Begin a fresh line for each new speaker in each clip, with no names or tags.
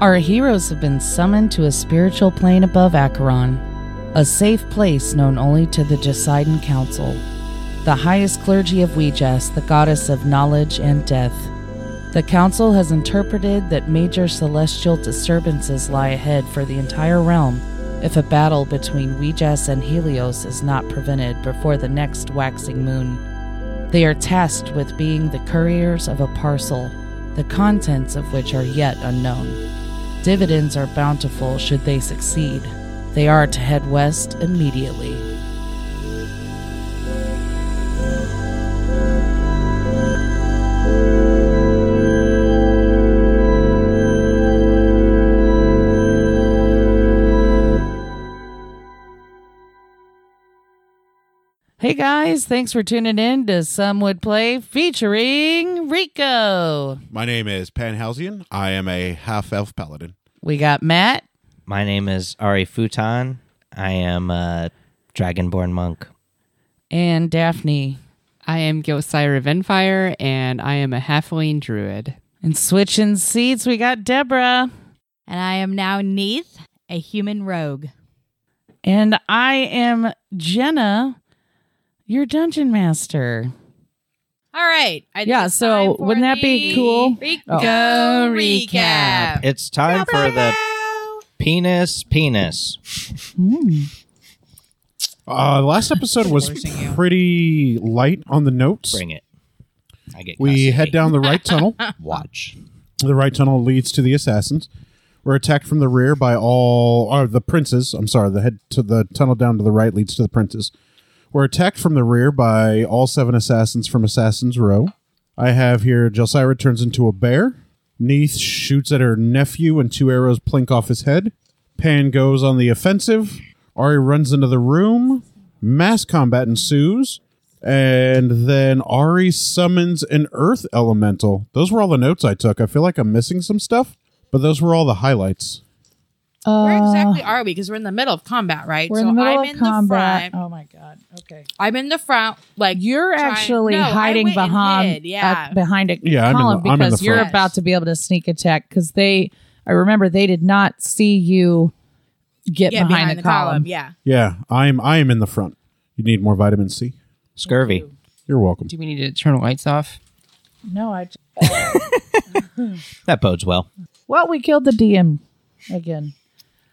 Our heroes have been summoned to a spiritual plane above Acheron, a safe place known only to the Jesiden Council, the highest clergy of Wejas, the goddess of knowledge and death. The council has interpreted that major celestial disturbances lie ahead for the entire realm if a battle between Wejas and Helios is not prevented before the next waxing moon. They are tasked with being the couriers of a parcel, the contents of which are yet unknown. Dividends are bountiful should they succeed. They are to head west immediately. Hey guys, thanks for tuning in to Some Would Play featuring Rico.
My name is Panhausian. I am a half elf paladin.
We got Matt.
My name is Ari Futon. I am a dragonborn monk.
and Daphne
I am Gilcyra Venfire, and I am a halfling druid.
and switching seats. We got Deborah
And I am now Neith, a human rogue.
and I am Jenna, your dungeon master.
All right. I think
Yeah,
it's
so
time for
wouldn't that be
the
cool?
Rico
Oh.
recap.
It's time for the penis, penis.
Uh, the last episode was pretty light on the notes.
Bring it. I get.
We
custody.
head down the right tunnel.
Watch.
The right tunnel leads to the assassins. We're attacked from the rear by all or the princes. I'm sorry, the head to the tunnel down to the right leads to the princes. We're attacked from the rear by all seven assassins from Assassin's Row. I have here Jelsira turns into a bear. Neith shoots at her nephew and two arrows plink off his head. Pan goes on the offensive. Ari runs into the room. Mass combat ensues. And then Ari summons an earth elemental. Those were all the notes I took. I feel like I'm missing some stuff, but those were all the highlights.
Where exactly are we? Because we're in the middle of combat, right?
Uh, We're in the middle
I'm
of
in
combat.
the front.
oh my god. Okay.
I'm in the front. Like
You're
trying-
actually
No, I
hiding
went and
behind
hid, yeah.
uh, behind a
Yeah, I'm in
column
the- I'm in
because
the
you're
front.
about to be able to sneak attack because they I remember they did not see you get
yeah,
behind, the, column.
Yeah.
Yeah, I am I am in the front. You need more vitamin C.
Scurvy.
You're welcome.
Do we need to turn the lights off?
No, I
That bodes well.
Well, we killed the DM again.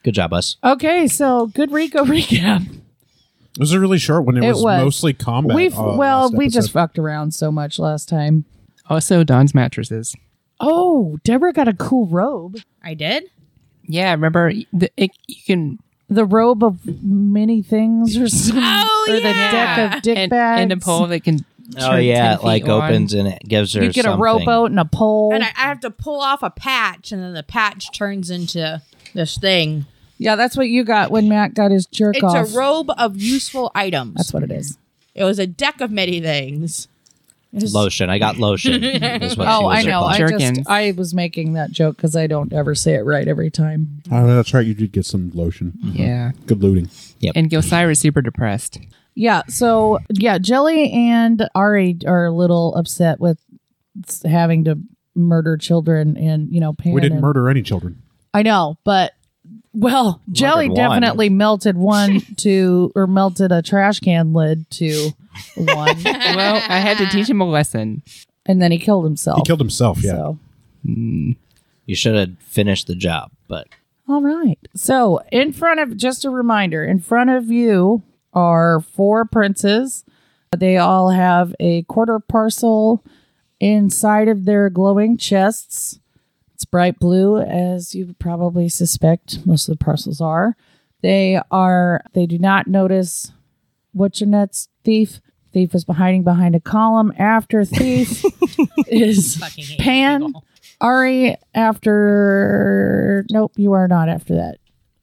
Good job, us.
Okay, so good Rico recap.
It was really short when it,
It
was,
was.
mostly combat.
We've
uh,
well,
last
we just
episode.
fucked around so much last time.
Also, Don's mattresses.
Oh, Deborah got a cool robe.
I did.
Yeah, remember the, it, you can
The robe of many things or something.
Oh,
or the
yeah.
deck of dick
and,
bags.
and a pole that can.
Oh
turn
yeah,
10
it like
feet on.
opens and it gives her.
You get a
something.
rowboat and a pole.
And I, I have to pull off a patch, and then the patch turns into this thing.
yeah, that's what you got when Matt got his jerk
It's
off.
a robe of useful items.
That's what it is.
it was a deck of many things.
Lotion. I got lotion. is what she
Oh,
was
I know. I
Jerkins.
just I was making that joke because I don't ever say it right every time.
Oh, that's right. You did get some lotion.
Yeah.
Good looting.
And Gilcyra's super depressed.
Yeah. So yeah, Jelly and Ari are a little upset with s- having to murder children, and you know, Pan
We didn't
and-
murder any children.
I know, but well, Jelly
one.
definitely melted one to or melted a trash can lid to one,
well, I had to teach him a lesson.
and then he killed himself.
He killed himself. Yeah.
So.
You should have finished the job, but
All right. So, in front of, just a reminder, in front of you are four princes. They all have a quarter parcel inside of their glowing chests. It's bright blue, as you probably suspect most of the parcels are. They are, they do not notice what's your nuts, thief. Thief is hiding behind a column. After thief is
Fucking hate
Pan.
people.
Ari after nope, you are not after that.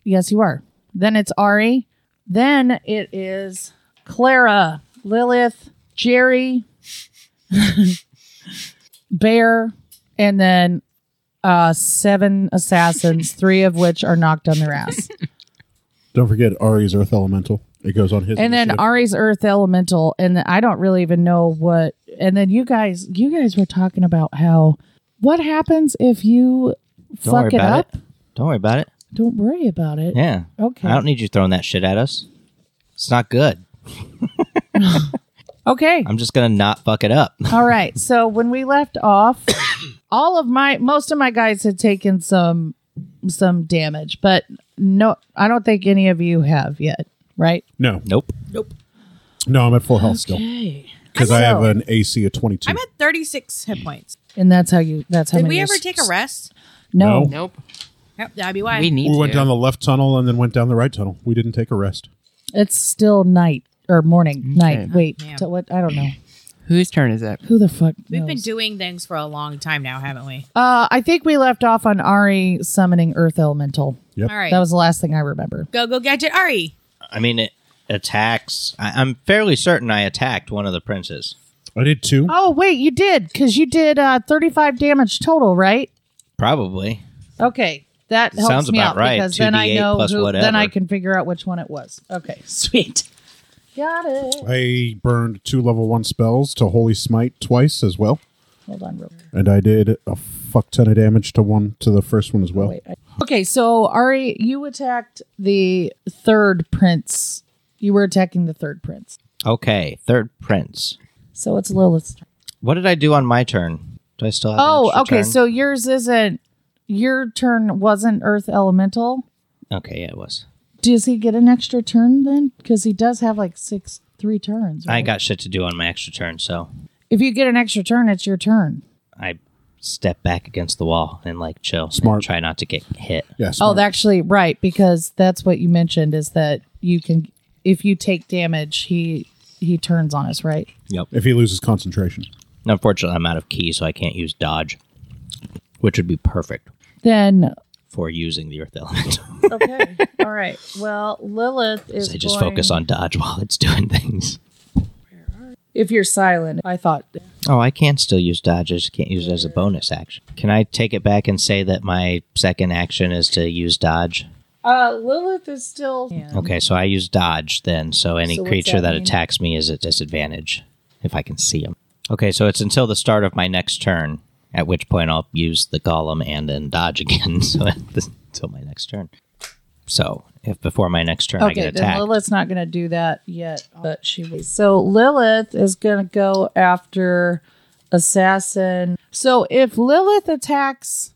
Yes, you are. Then it's Ari. Then it is Clara, Lilith, Jerry, Bear, and then uh seven assassins, three of which are knocked on their ass.
Don't forget Ari's Earth Elemental. It goes on his.
and then
initiative.
Ari's Earth Elemental, and I don't really even know what. And then you guys, you guys were talking about how what happens if you
Don't
fuck
worry
it
about
up.
it. Don't worry about it.
Don't worry about it.
Yeah.
Okay.
I don't need you throwing that shit at us. It's not good.
Okay.
I'm just gonna not fuck it up.
All right. So when we left off, all of my most of my guys had taken some some damage, but no, I don't think any of you have yet, right?
no,
nope.
no, I'm at full health still
Okay.
because I have
So-
an AC of 22.
I'm at 36 hit points.
And that's how you. That's how.
Did
many
we
you
ever
s-
take a rest?
No.
No.
Nope.
Yep, that'd be why.
We need
we
to.
went down the left tunnel and then went down the right tunnel. We didn't take a rest.
It's still night or morning. Night. Wait.
man.
till what? I don't know.
Whose turn is it?
Who the fuck?
We've
knows?
been doing things for a long time now, haven't we?
Uh, I think we left off on Ari summoning Earth Elemental.
Yep.
All right.
That was the last thing I remember.
go, go, gadget Ari.
I mean it attacks I, I'm fairly certain I attacked one of the princes.
I did two.
Oh wait, you did because you did uh, thirty-five damage total, right?
Probably.
Okay, that helps
Sounds
me
about
out
right.
because then I
2d8
know
plus
who, then
whatever.
I can figure out which one it was. Okay, sweet, got it.
I burned two level one spells to Holy Smite twice as well,
Hold on, real quick.
and I did a fuck ton of damage to one to the first one as well.
Wait. I- okay, so Ari, you attacked the third prince. You were attacking the third prince,
Okay, third prince.
so it's Lilith's turn.
What did I do on my turn? Do I still have an
Oh,
extra
okay.
turn?
So yours isn't. Your turn wasn't Earth Elemental.
Okay, yeah, it was.
Does he get an extra turn then? Because he does have like six, three turns.
I
right?
got shit to do on my extra turn, so
If you get an extra turn, it's your turn.
I step back against the wall and like chill. and
Smart.
try not to get hit.
Yes.
Oh, actually, right, because that's what you mentioned is that you can, if you take damage, he he turns on us, right?
Yep.
if he loses concentration.
Unfortunately, I'm out of key, so I can't use dodge, which would be perfect
Then
for using the earth element.
okay, all right. Well, Lilith is.
I just focus on dodge while it's doing things.
If you're silent, I thought
Oh, I can still use dodge. I just can't use it as a bonus action. Can I take it back and say that my second action is to use dodge?
uh, Lilith is still.
Okay, so I use dodge then, so any
Um, So what's
creature
that
that,
mean?
attacks me is at disadvantage if I can see him. Okay, so it's until the start of my next turn, at which point I'll use the golem and then dodge again. So at the- until my next turn. So if before my next turn I
Okay,
get
then
attacked,
Lilith's not going to do that yet, but she was. So Lilith is going to go after assassin. So if Lilith attacks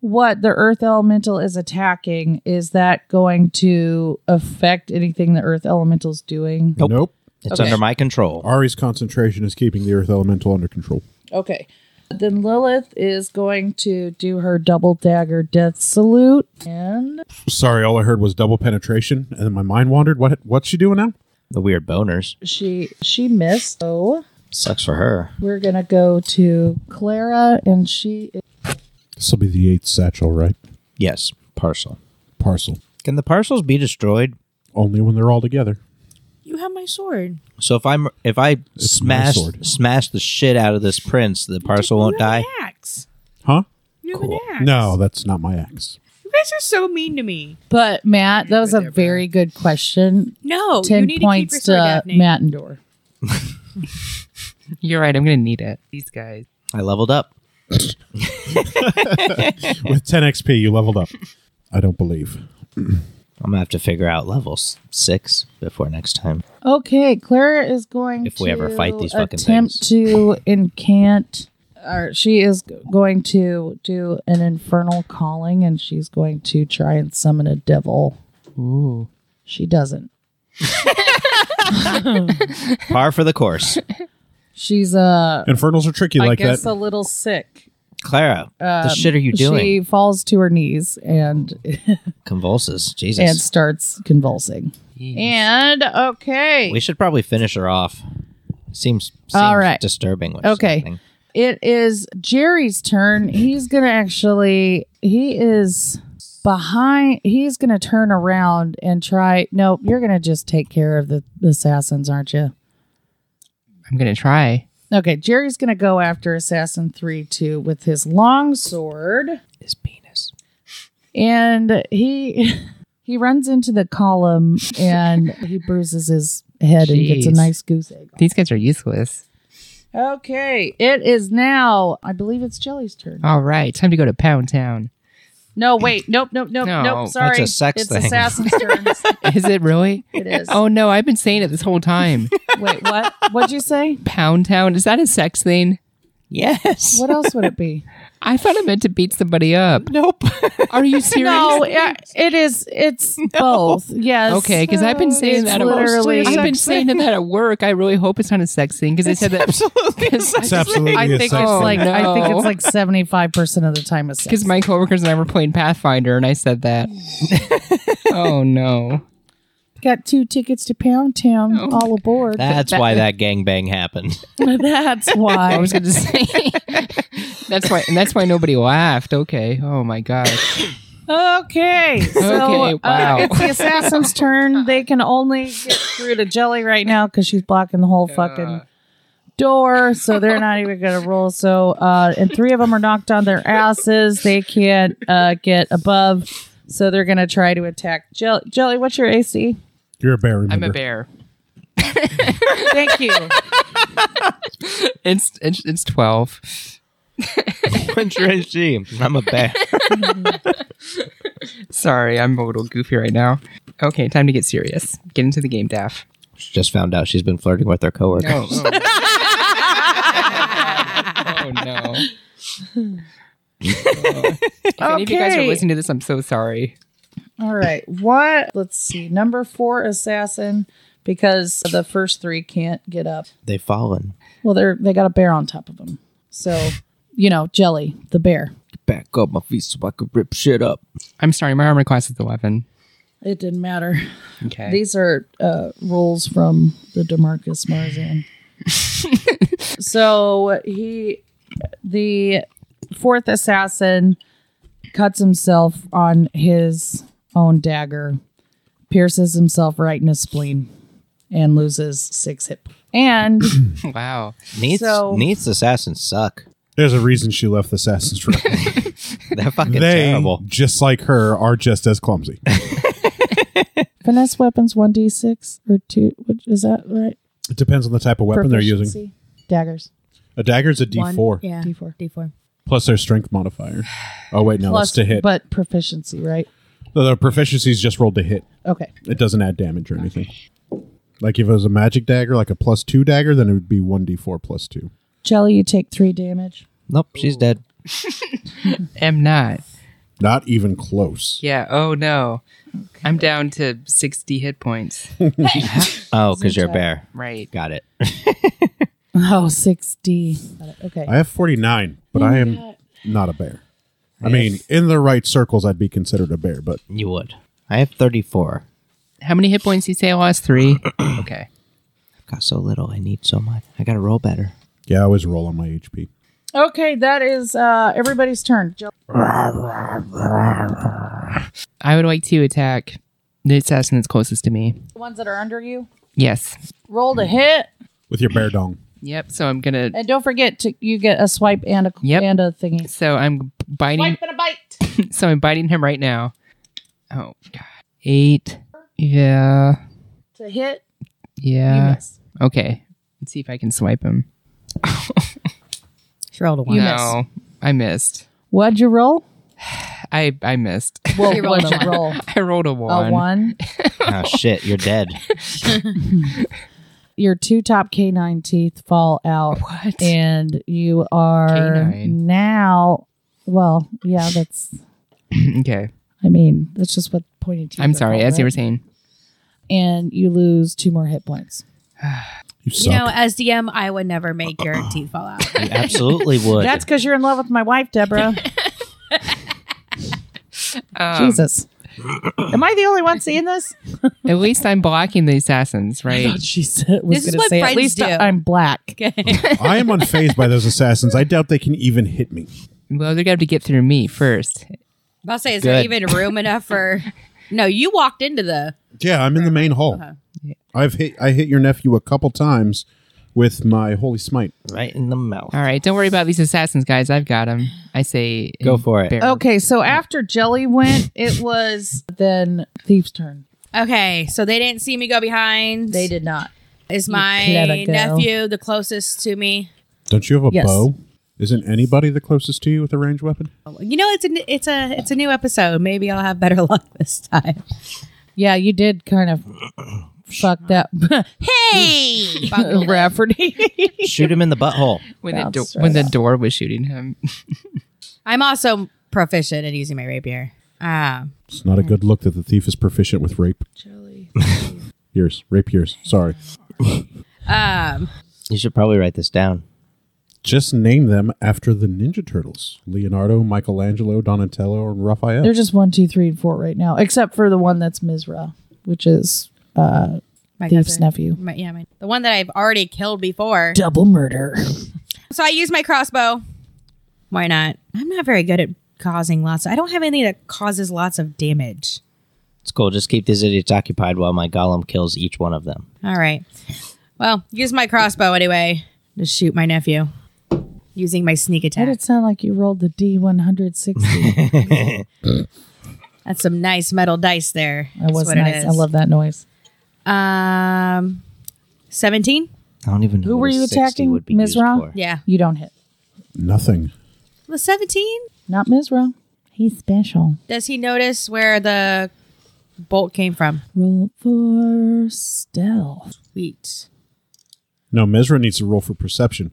what the earth elemental is attacking, is that going to affect anything the earth elemental's doing?
Nope.
nope.
it's
okay.
under my control.
Ari's concentration is keeping the Earth Elemental under control.
Okay. Then Lilith is going to do her double dagger death salute and
Sorry, all I heard was double penetration, and then my mind wandered. What? What's she doing now?
The weird boners
she she missed. So
sucks for her.
we're going to go to Clara and she
This will be the eighth satchel, right?
Yes, parcel.
Parcel.
Can the parcels be destroyed?
Only when they're all together.
You have my sword.
So if I'm if I
my
smash
sword.
smash the shit out of this prince, the parcel won't
you have
die.
An axe.
Huh?
You have
Cool.
an axe.
No, that's not my axe.
You guys are so mean to me.
But Matt, that was a very good question.
No, Oh, you
Ten
need
points uh,
to keep your sword,
to
Daphne.
Matador.
You're right. I'm going to need it. These guys.
I leveled up.
With 10 XP, you leveled up. I don't believe.
I'm gonna have to figure out level s- six before next time.
Okay, Clara is going
If
to
we ever fight these fucking
attempt
things.
to incant or she is going to do an infernal calling and she's going to try and summon a devil.
Ooh.
She doesn't.
Par for the course.
She's uh
Infernals are tricky
I
like
guess
that.
a little sick.
Clara, the
Um,
shit are you doing?
She falls to her knees and
Convulses. Jesus.
and starts convulsing. And okay.
we should probably finish her off. Seems, seems
All right.
disturbing. What's
Okay.
happening.
It is Jerry's turn. He's going to actually, he is behind, he's going to turn around and try. No, you're going to just take care of the, the assassins, aren't you?
I'm going to try.
Okay, Jerry's going to go after Assassin 3 2 with his long sword.
His penis.
And he. He runs into the column and he bruises his head and gets a
Jeez.
nice goose egg.
These guys are useless.
Okay, it is now. I believe it's Jelly's turn.
All right, time to go to Pound Town.
No, wait, nope, nope, nope,
No,
nope.
that's
Sorry,
a sex
it's
thing.
Assassin's turn.
Is it really?
It is.
Oh no, I've been saying it this whole time.
wait, what? What'd you say?
Pound Town is that a sex thing?
Yes.
What else would it be?
I thought it meant to beat somebody up.
Nope.
Are you serious?
No, yeah, it is. It's both. Yes.
Okay, because I've been saying
It's
that.
literally-
I've been saying that at work. I really hope it's not a sex thing because they said that
Absolutely.
It's absolutely
I think it's
essential.
like I think
no.
it's like seventy five percent of the time it's sex.
because my coworkers and I were playing Pathfinder, and I said that. oh no!
Got two tickets to Pound Town, all aboard.
That's why that gangbang happened.
That's why.
I was going to say that's why, and that's why nobody laughed. Okay. Oh my gosh.
Okay. So,
Okay,
uh,
wow.
it's the assassin's turn. They can only get through to Jelly right now because she's blocking the whole fucking door. So they're not even going to roll. So, uh, and three of them are knocked on their asses. They can't uh, get above. So they're going to try to attack Jelly. Jelly, what's your AC?
You're a bear. Remember.
I'm a bear.
Thank you.
It's it's, it's twelve.
I'm a bear.
Sorry, I'm a little goofy right now. Okay, time to get serious. Get into the game, Daff.
She just found out she's been flirting with her coworker.
oh. oh no. If any of you guys are
Okay.
listening to this, I'm so sorry.
All right. What? Let's see. Number four assassin because the first three can't get up.
They've fallen.
Well, they're they got a bear on top of them. So, you know, Jelly, the bear.
Back up my feet so I could rip shit up.
I'm sorry, my armor class is 11.
It didn't matter.
Okay.
These are uh, rules from the Demarcus Marzan. so he, the fourth assassin, cuts himself on his own dagger, pierces himself right in his spleen, and loses six hit. And
wow.
Needs
So-
needs assassins suck.
There's a reason she left the Assassin's Creed.
They're fucking
they,
terrible.
just like her, are just as clumsy.
finesse weapons one d six or two. Which is that right?
It depends on the type of weapon they're using.
Proficiency. daggers.
A dagger's a D4
One- yeah.
D4.
D4.
plus their strength modifier. Oh wait, no,
Plus,
that's to hit. But
but proficiency, right?
the, the proficiency's just rolled to hit.
Okay.
It doesn't add damage or anything. Like if it was a magic dagger, like a plus two dagger, then it would be one d four plus two.
Jelly, you take three damage.
Nope, she's dead.
Am not.
Not even close.
Yeah. Oh no. I'm down to 60 hit points.
Uh-huh.
Oh, because you're a bear.
Right.
Got it.
Oh, 6D. Got it. Okay.
I have forty nine, but I am not a bear. I mean, in the right circles, I'd be considered a bear, but
You would. I have 34.
How many hit points do you say I lost? Three. okay.
I've got so little. I need so much. I got to roll better.
yeah, I always roll on my HP.
okay, that is uh, everybody's turn. Jelly.
I would like to attack the assassin that's closest to me.
The ones that are under you,
Yes.
roll
Hmm.
to hit.
With your bear dong,
Yep. So I'm gonna.
And don't forget, to you get a swipe and a,
Yep.
and a thingy.
So I'm biting.
and a bite.
So I'm biting him right now. Oh god. Eight. Yeah.
To hit, you
Yeah.
miss.
Okay. Let's see if I can swipe him.
She rolled a one.
You
no, I missed.
What'd you roll?
I I missed.
Well,
You rolled
what'd you
a
roll?
I rolled a one.
A one.
oh, shit. You're dead.
Your two top canine teeth fall out.
What?
And you are
Canine.
now, well, yeah, that's,
okay.
I mean, that's just what pointing teeth
I'm
are
sorry.
called,
As you
right?
were saying.
and you lose two more hit points.
you
You
suck.
know, as DM, I would never make your teeth fall out.
You absolutely would.
That's because you're in love with my wife, Deborah.
Um,
Jesus. Am I the only one seeing this?
At least I'm blocking the assassins, right?
She said,
This is what
at
friends
least
do."
I'm black.
I am unfazed by those assassins. I doubt they can even hit me.
well, they're gonna have to get through me first.
I'll say, is there
Good.
even room enough for? No, you walked into the.
Yeah, I'm in the main hall. I've hit I hit your nephew a couple times with my holy smite.
Right in the mouth.
All right, don't worry about these assassins, guys. I've got them. I say,
Go for it.
embarrass-
Oh,
Okay, so after Jelly went, it was then Thief's turn.
Okay, so they didn't see me go behind.
They did not.
Is
clever
my
girl.
nephew the closest to me?
Don't you have a
Yes.
bow? Isn't anybody the closest to you with a ranged weapon?
You know, it's a it's a it's a new episode. Maybe I'll have better luck this time.
Yeah, you did kind of fuck that
Hey,
Rafferty.
Shoot him in the butthole.
when the, do-
Bounced right
when the
up.
door was shooting him.
I'm also proficient at using my rapier. Ah,
It's not a good look that the thief is proficient with rape. Yours, rape yours. Sorry.
um,
You should probably write this down.
Just name them after the Ninja Turtles: Leonardo, Michelangelo, Donatello, and Raphael.
They're just one, two, three, and four right now, except for the one that's Mizra, which is uh,
my
Thief's
cousin.
nephew.
My, yeah, my, the one that I've already killed before.
Double murder.
So I use my crossbow. Why not? I'm not very good at causing lots. I don't have anything that causes lots of damage.
It's cool. Just keep these idiots occupied while my golem kills each one of them.
All right. Well, use my crossbow anyway to shoot my nephew using my sneak
That
attack.
did sound like you rolled the D one hundred sixty.
That's some nice metal dice there.
That
That's
was
what it
nice.
is.
I love that noise.
Um, seventeen.
I don't even know
Who
what
were
a
you
60
attacking,
Would be used
Mizra?
for.
Yeah,
You don't hit.
Nothing.
the seventeen.
Not Mizra. He's special.
Does he notice where the bolt came from?
Roll for stealth.
Sweet.
No, Mizra needs to roll for perception.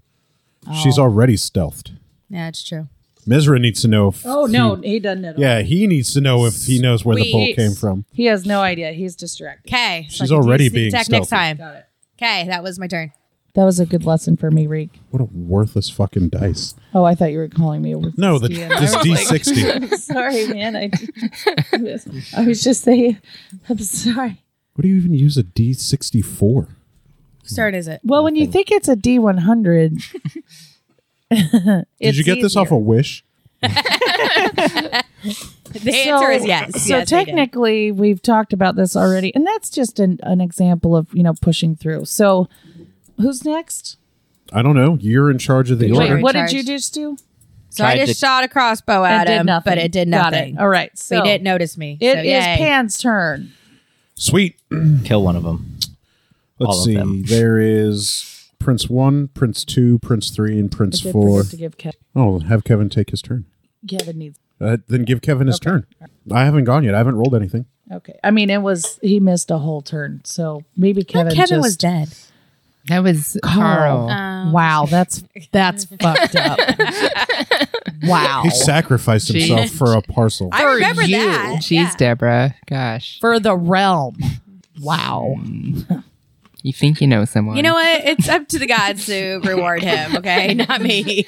Oh.
She's already stealthed.
Yeah, it's true.
Misra needs to know if.
Oh no, he doesn't know.
Yeah, he needs to know if he knows where the bolt
Sweet.
came from.
He has no idea. He's distracted.
Okay,
She's already being
attack next
stealthy.
time. Got it. Okay, that was my turn.
That was a good lesson for me, Reek.
What a worthless fucking dice.
Oh, I thought you were calling me. A
No, the,
Yeah, I
this D60.
sorry, man. I, I was just saying. I'm sorry.
What do you even use a D60 for?
Whose turn is it?
Well, when you think it's a D100,
Did you get this off a Wish?
The answer is yes.
So
Yes, I did.
technically, we've talked about this already, and that's just an, an example of you know pushing through. So, who's next?
I don't know. You're in charge of the
Wait,
order.
Wait, what
charged.
did you just do?
So I
Tried
just
to-
shot a crossbow at him, but it did
Got
nothing.
it. All right, so
They didn't notice me.
It
so
is
yay.
Pan's turn.
Sweet.
Kill one of them.
Let's
All of
see.
them.
There is Prince 1, Prince 2, Prince 3, and Prince
Did
4.
forget to give Kevin.
Oh, have Kevin take his turn.
Kevin needs.
Uh, then give Kevin his turn. I haven't gone yet. I haven't rolled anything.
Okay, I mean it was he missed a whole turn, so maybe Kevin.
Kevin
just-
was dead. Oh.
That was
Carl.
Carl.
Uh,
wow, that's that's fucked up. wow.
He sacrificed himself for a parcel.
I remember that.
Jeez,
yeah.
Deborah. Gosh,
For the realm. Wow.
you think you know someone?
You know what? It's up to the gods to reward him, okay? Not me.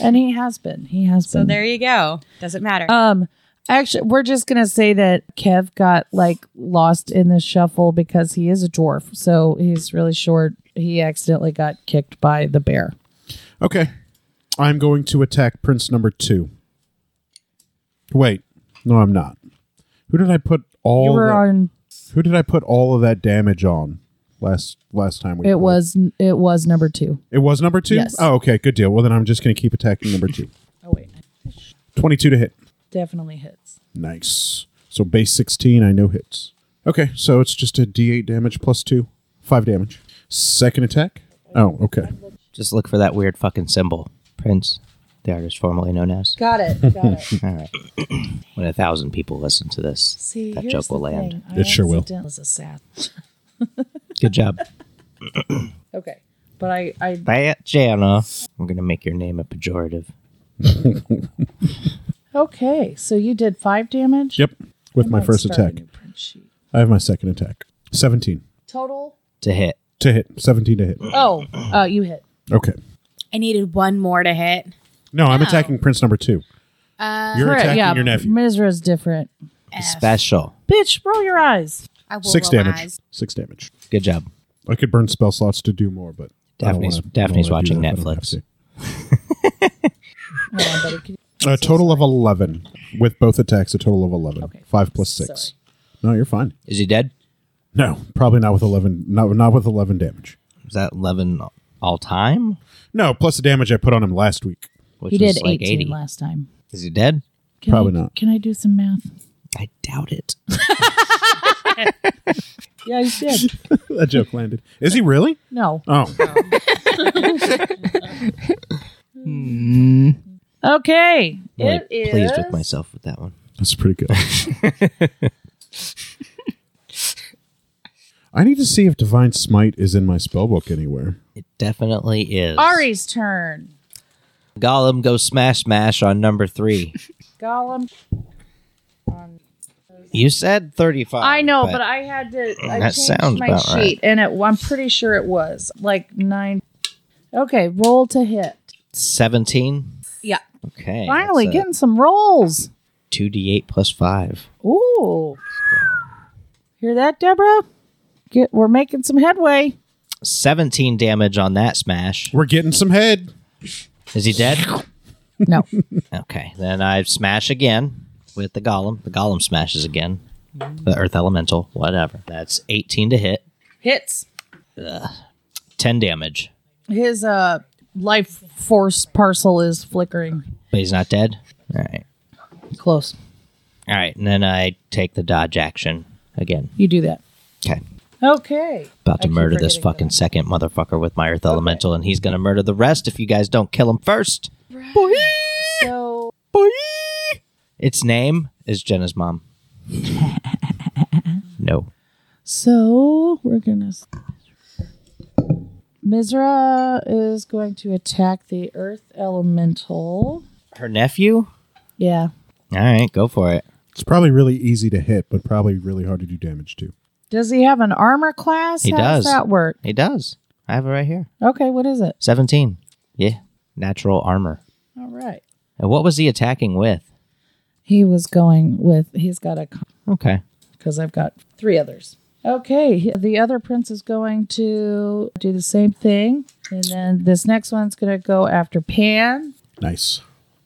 And he has been. He has
So
been.
there you go. Doesn't matter.
Um, actually, we're just gonna say that Kev got like lost in the shuffle because he is a dwarf, so he's really short. He accidentally got kicked by the bear.
Okay. I'm going to attack Prince number two. Wait. No, I'm not. Who did I put all
you were
the-
on.
who did I put all of that damage on last last time
It
we played?
was. It was number two.
It was number two?
Yes.
Oh, okay, good deal. Well then I'm just gonna keep attacking number two.
Oh wait,
Twenty two to hit.
definitely hits.
Nice. So base sixteen, I know hits. Okay, so it's just a D eight damage plus two. Five damage. Second attack? Oh, okay.
Just look for that weird fucking symbol. Prince, the artist formerly known as.
Got it. Got it.
All right. when a thousand people listen to this,
See,
that
here's
joke will
the
land.
thing. I
It sure will.
accidentally was a sad.
Good job.
Okay, but I. I
Diana. I'm going to make your name a pejorative.
okay, so you did five damage.
Yep. With
I
my
might
first
start a
attack.
new print sheet.
I have my second attack. Seventeen.
Total.
To hit.
To hit. Seventeen to hit.
Oh, uh, you hit.
Okay.
I needed one more to hit.
No, I'm attacking Prince number two.
Uh,
You're
Correct,
attacking your nephew.
Mizra's different.
Special.
Bitch, roll your eyes.
I will
Six
roll my
damage.
eyes.
Six damage.
Good job.
I could burn spell slots to do more, but I don't
Daphne's-
wanna- I don't
Daphne's
wanna do
watching
that if I don't
Netflix.
have to.
Hold on, buddy. Can you-
A total of eleven with both attacks. A total of eleven. Five plus six. No, you're fine.
Is he dead?
No, probably not with eleven. Not not with eleven damage.
Is that 11 all time,
No, plus the damage I put on him last week.
which
He did
is like
18
eighty.
last time.
Is he dead?
Can
Probably
I-
not.
Can I do some math?
I doubt it.
Yeah, he did.
that joke landed. Is he really?
no.
Oh,
Hmm.
Okay.
I'm really
It is.
pleased with myself with that one.
that's pretty good. I need to see if Divine Smite is in my spellbook anywhere.
It definitely is.
Ari's turn.
Gollum go smash smash on number three.
Gollum.
You said thirty-five.
I know, but, I had to. I
Oh, That
changed
sounds
my
about
sheet,
right.
and it, I'm pretty sure it was like nine. Okay, roll to hit.
seventeen.
Yeah.
Okay.
Finally, getting some rolls.
two d eight plus five.
Ooh. Hear that, Deborah? Get, we're making some headway.
17 damage on that smash.
We're getting some head.
Is he dead?
No.
Okay. Then I smash again with the golem. The golem smashes again. The earth elemental, whatever. That's 18 to hit,
Hits.
10 damage.
His uh life force parcel is flickering.
But he's not dead. All right.
Close.
All right. And then I take the dodge action again.
You do that.
Okay.
Okay.
About
I
to
keep
murder this
forgetting
fucking second motherfucker with my earth elemental, and he's going to murder the rest if you guys don't kill him first.
that. So
Its name is Jenna's mom. no.
so we're gonna. Mizra is going to attack the Earth Elemental.
Her nephew?
Yeah.
All right. Go for it.
It's probably really easy to hit, but probably really hard to do damage to.
Does he have an armor class?
He
How
does.
Does that work?
He does. I have it right here.
Okay. What is it?
17. Yeah. Natural armor.
All right.
And what was he attacking with?
He was going with. He's got a
Okay.
because I've got three others. Okay, he- the other prince is going to do the same thing, and then this next one's going to go after Pan.
Nice.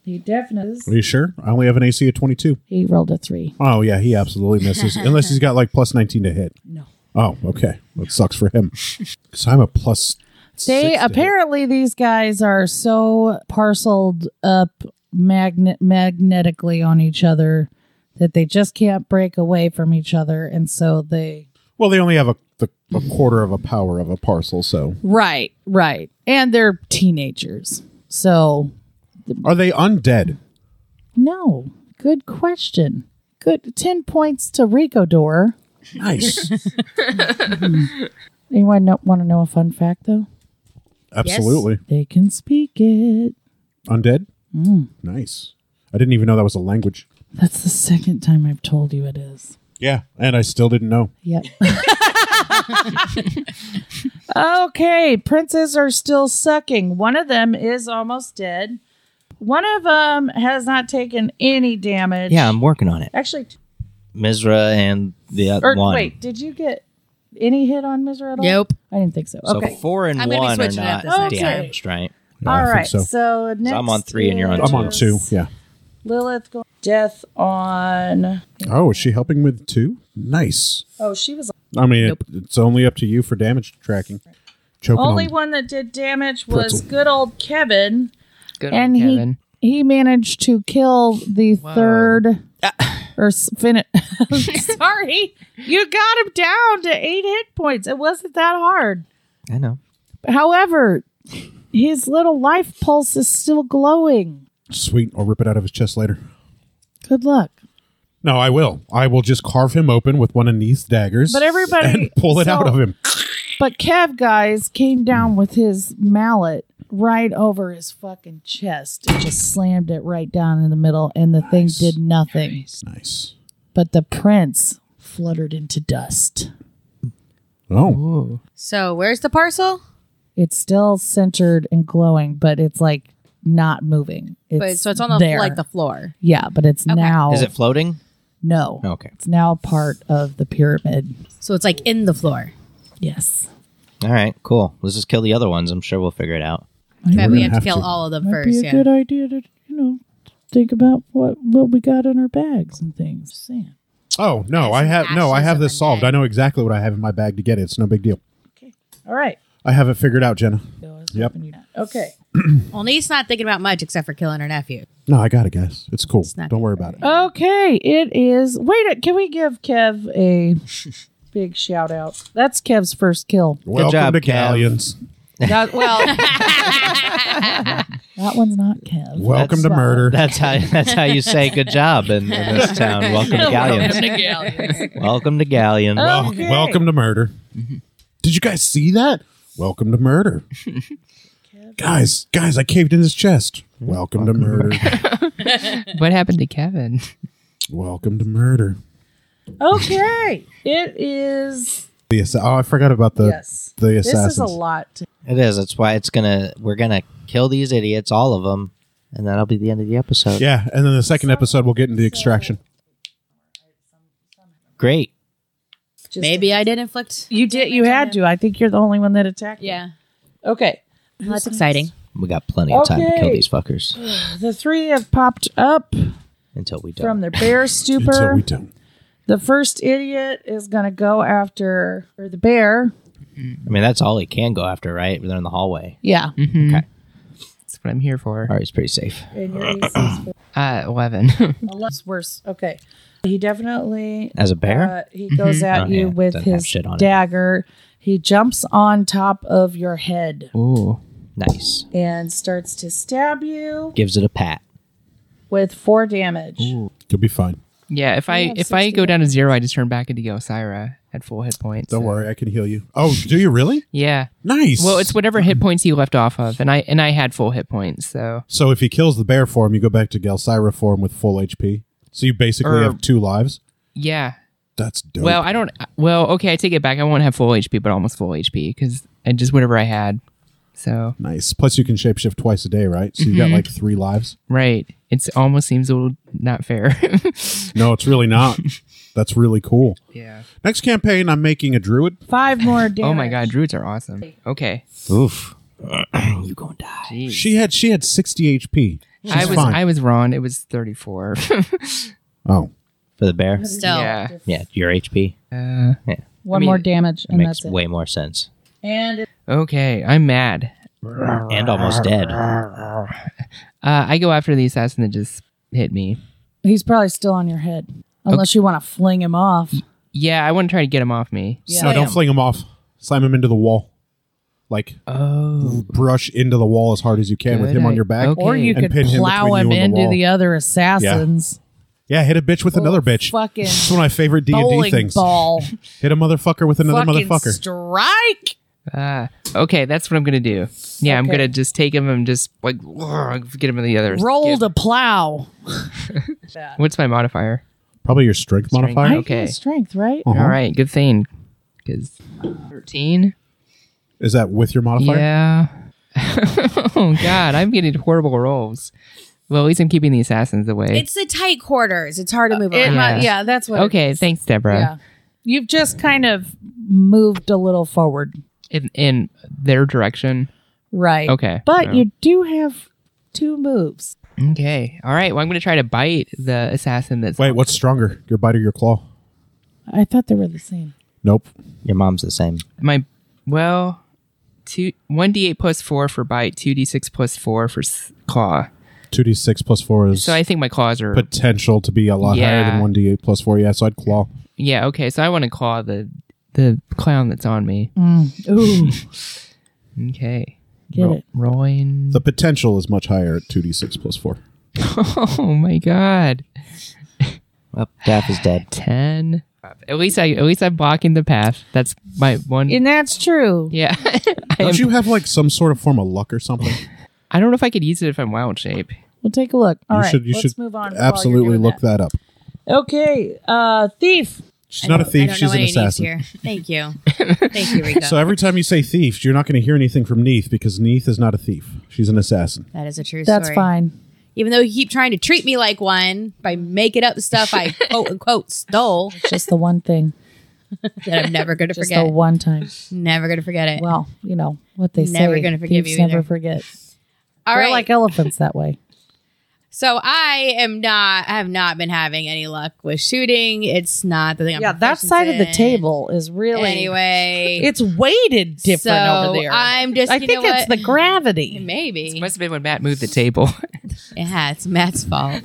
He definitely is.
Are you sure? I only have an AC of 22.
He rolled a three.
Oh, yeah, he absolutely misses. Unless he's got like plus 19 to hit.
No.
Oh, okay. That sucks for him. Because I'm a plus.
They
six to hit.
apparently these guys are so parceled up magne- magnetically on each other that they just can't break away from each other, and so they
Well, they only have a, the, a quarter of a power of a parcel, so.
right, right, and they're teenagers. So
Are they undead?
no, good question. Good ten points to Rico Door.
Nice.
Anyone know, want to know a fun fact though?
absolutely.
They can speak it.
Undead?
Mm.
Nice. I didn't even know that was a language.
That's the second time I've told you it is.
Yeah. And I still didn't know.
Yep. okay, princes are still sucking. One of them is almost dead. One of them has not taken any damage.
Yeah, I'm working on it.
Actually, t-
Mizra and the other
Er,
or
one.
wait, did you get any hit on Mizra at all?
Nope.
I didn't think so.
So
Okay.
four and
I'm gonna be
one are
switching it
not
up this
next time.
damaged, right?
Yeah, I
all
think
right. So,
so.
next
I'm on three and you're on
is
I'm on two. Yeah.
Lilith go- death on
Oh, is she helping with two? Nice.
Oh, she was
I mean, it, it's only up to you for damage tracking. Choking
Only
on-
one that did damage was
Pretzel.
good old Kevin,
Good
and
old Kevin.
he he managed to kill the third
Ah.
or s- fin. Sorry, you got him down to eight hit points. It wasn't that hard.
I know.
However, his little life pulse is still glowing.
Sweet. I'll rip it out of his chest later.
Good luck.
No, I will. I will just carve him open with one of these daggers.
But everybody-
and pull it
so-
out of him.
But Kev guys came down with his mallet right over his fucking chest and just slammed it right down in the middle, and the thing did nothing.
Nice.
but the prince fluttered into dust.
Oh,
So where's the parcel?
It's still centered and glowing, but it's like not moving. It's
but so it's on the
there.
like the floor.
yeah, but it's now
Is it floating?
no.
Okay.
It's now part of the pyramid.
So it's like in the floor.
Yes.
All right, cool. Let's just kill the other ones. I'm sure we'll figure it out.
But
gonna
we have to
have
kill
to.
all of them
Might
first.
be a
Yeah.
good idea to you know think about what what we got in our bags and things. Just saying.
oh no! I have no. I have this solved. I know exactly what I have in my bag to get it. It's no big deal.
All right.
I have it figured out, Jenna.
was
Yep.
hoping you Okay.
Only he's not thinking about much except for killing her nephew.
No, I got to guess. It's cool.
not
Don't worry about it.
Okay, it is. Wait, can we give Kev a big shout out? That's Kev's first kill.
Welcome
job,
to
Kev.
Galleons.
That- well,
That one's not Kev.
Welcome to
That's-
murder.
That's how that's how you say good job in, in this town. Welcome to galleons. Welcome to galleons.
Wel-
Oh.
Okay.
Welcome to murder. Did you guys see that? Welcome to murder. guys, guys, I caved in his chest. Welcome to murder.
What happened to Kevin?
Welcome to murder.
Okay, it is.
The assa- oh, I forgot about the
Yes.
the
This
assassins.
is a lot. to-
It is. That's why it's gonna. We're gonna kill these idiots, all of them, and that'll be the end of the episode.
Yeah, and then the second episode we'll get into extraction.
Great.
Maybe I did inflict.
You did. You had to. I think you're the only one that attacked.
Yeah,
Okay.
that's exciting.
We got plenty of time to kill
Okay.
these fuckers
The three have popped up
until we don't.
from their bear
Until
stupor.
we don't.
the first idiot is going to go after or the bear.
I mean, that's all he can go after, right? They're in the hallway.
Yeah.
Okay.
That's what I'm here for.
All right, it's pretty safe.
And your AC is
Uh, Eleven.
It's worse. Okay. He definitely
As a bear,
uh, he goes at
Oh,
you
yeah.
with
Doesn't have
his
shit on it.
dagger. He jumps on top of your head
Ooh.
nice.
and starts to stab you
Gives it a pat.
with four damage.
You'll be fine.
Yeah. If I
have
if I
60
go down to zero, I just turn back into Yosira at full hit points.
Don't worry, I can heal you. Oh, do you really?
Yeah.
Nice.
Well, it's whatever hit points you left off of, and I and I had full hit points, so
so if he kills the bear form, you go back to Gelsira form with full HP. So you basically
Er.
have two lives.
yeah.
That's dope.
Well, I don't. Well, okay, I take it back. I won't have full HP, but almost full HP because I just whatever I had. So
Nice. Plus, you can shapeshift twice a day, right? So you
Mm-hmm.
got like three lives.
right, it almost seems a little not fair.
No, it's really not. That's really cool.
yeah.
Next campaign, I'm making a druid.
Five more damage.
Oh my god, druids are awesome. Okay.
Oof. you gonna die.
Jeez.
She had she had 60 HP. She's
I was
fine.
I was wrong. It was 34.
oh,
For the bear?
Still,
yeah.
Yeah, your HP.
Uh,
One
I mean,
more damage, and
makes
that's it.
way more sense.
And it,
okay, I'm mad.
And almost dead.
Uh, I go after the assassin that just hit me.
he's probably still on your head, unless you want to fling him off.
Yeah, I want to try to get him off me.
no, don't
Slam.
fling him off. Slam him into the wall. Like
Oh.
brush into the wall as hard as you can with
Good
him on
i-
your back.
okay.
Or you
And
could
pin him
plow him
between you and the
into
wall.
the other assassins.
Yeah, hit a bitch
Oh,
with another bitch.
Fucking
It's one of my favorite D and D
bowling
things.
ball.
Hit a motherfucker with another
Fucking
motherfucker.
strike.
Ah, okay, that's what I'm gonna do. Yeah, I'm
Okay.
gonna just take him and just like get him in the other.
Roll
get-
the plow.
What's my modifier?
Probably your strength, modifier.
Okay.
Strength, right?
Uh-huh.
All right, good thing. Because 13.
Is that with your modifier?
Yeah. oh God, I'm getting horrible rolls. Well, at least I'm keeping the assassins away.
it's the tight quarters. It's hard to move around.
Yeah.
Yeah, that's what. it-
okay, thanks, Deborah.
yeah. You've just kind of moved a little forward,
in in their direction.
right?
Okay.
But
Yeah.
you do have two moves.
Okay. All right. Well, I'm going to try to bite the assassin. That's
Wait, what's stronger, your bite or your claw?
I thought they were the same.
Nope.
Your mom's the same.
my well, two one d8 plus four for bite, two d6 plus four for s- claw.
Two d six plus four is
So I think my claws are
potential to be a lot higher
Yeah.
than one d eight plus four. Yeah, so I'd claw.
yeah. Okay. So I want to claw the the clown that's on me.
Mm. Ooh,
Okay.
Get it.
Rolling.
The potential is much higher at two d six plus four.
Oh my god.
Well, Daff is dead.
Ten. At least I at least I'm blocking the path. That's my one.
and that's true.
yeah. I, am-
Don't you have like some sort of form of luck or something?
I don't know if I could use it if I'm wild shape.
We'll take a look. All
you
right,
should. You
let's
should
move on. while you're
absolutely
doing
look that. up.
Okay, uh, thief.
She's not a
I
thief.
don't
She's
know
an
any needs
assassin.
here. Thank you, thank you, Rico.
So every time you say thief, you're not going to hear anything from Neith because Neith is not a thief. She's an assassin.
that is a true
That's
story.
fine.
Even though you keep trying to treat me like one by making up stuff I quote unquote stole
Just the one thing.
that I'm never going to
Just
forget.
the one time.
Never going to forget it.
Well, you know what they say.
Never gonna forgive
thieves
you
Never
either.
forget.
All
They're
right.
like elephants that way.
So I am not. I have not been having any luck with shooting. It's not the thing. I'm
yeah, that
proficient
side of the
in.
table is really
Anyway,
It's weighted different
so
over there.
I'm just.
I
you
think
know
it's
what?
the gravity.
maybe
Must have been when Matt moved the table.
Yeah, it's Matt's fault.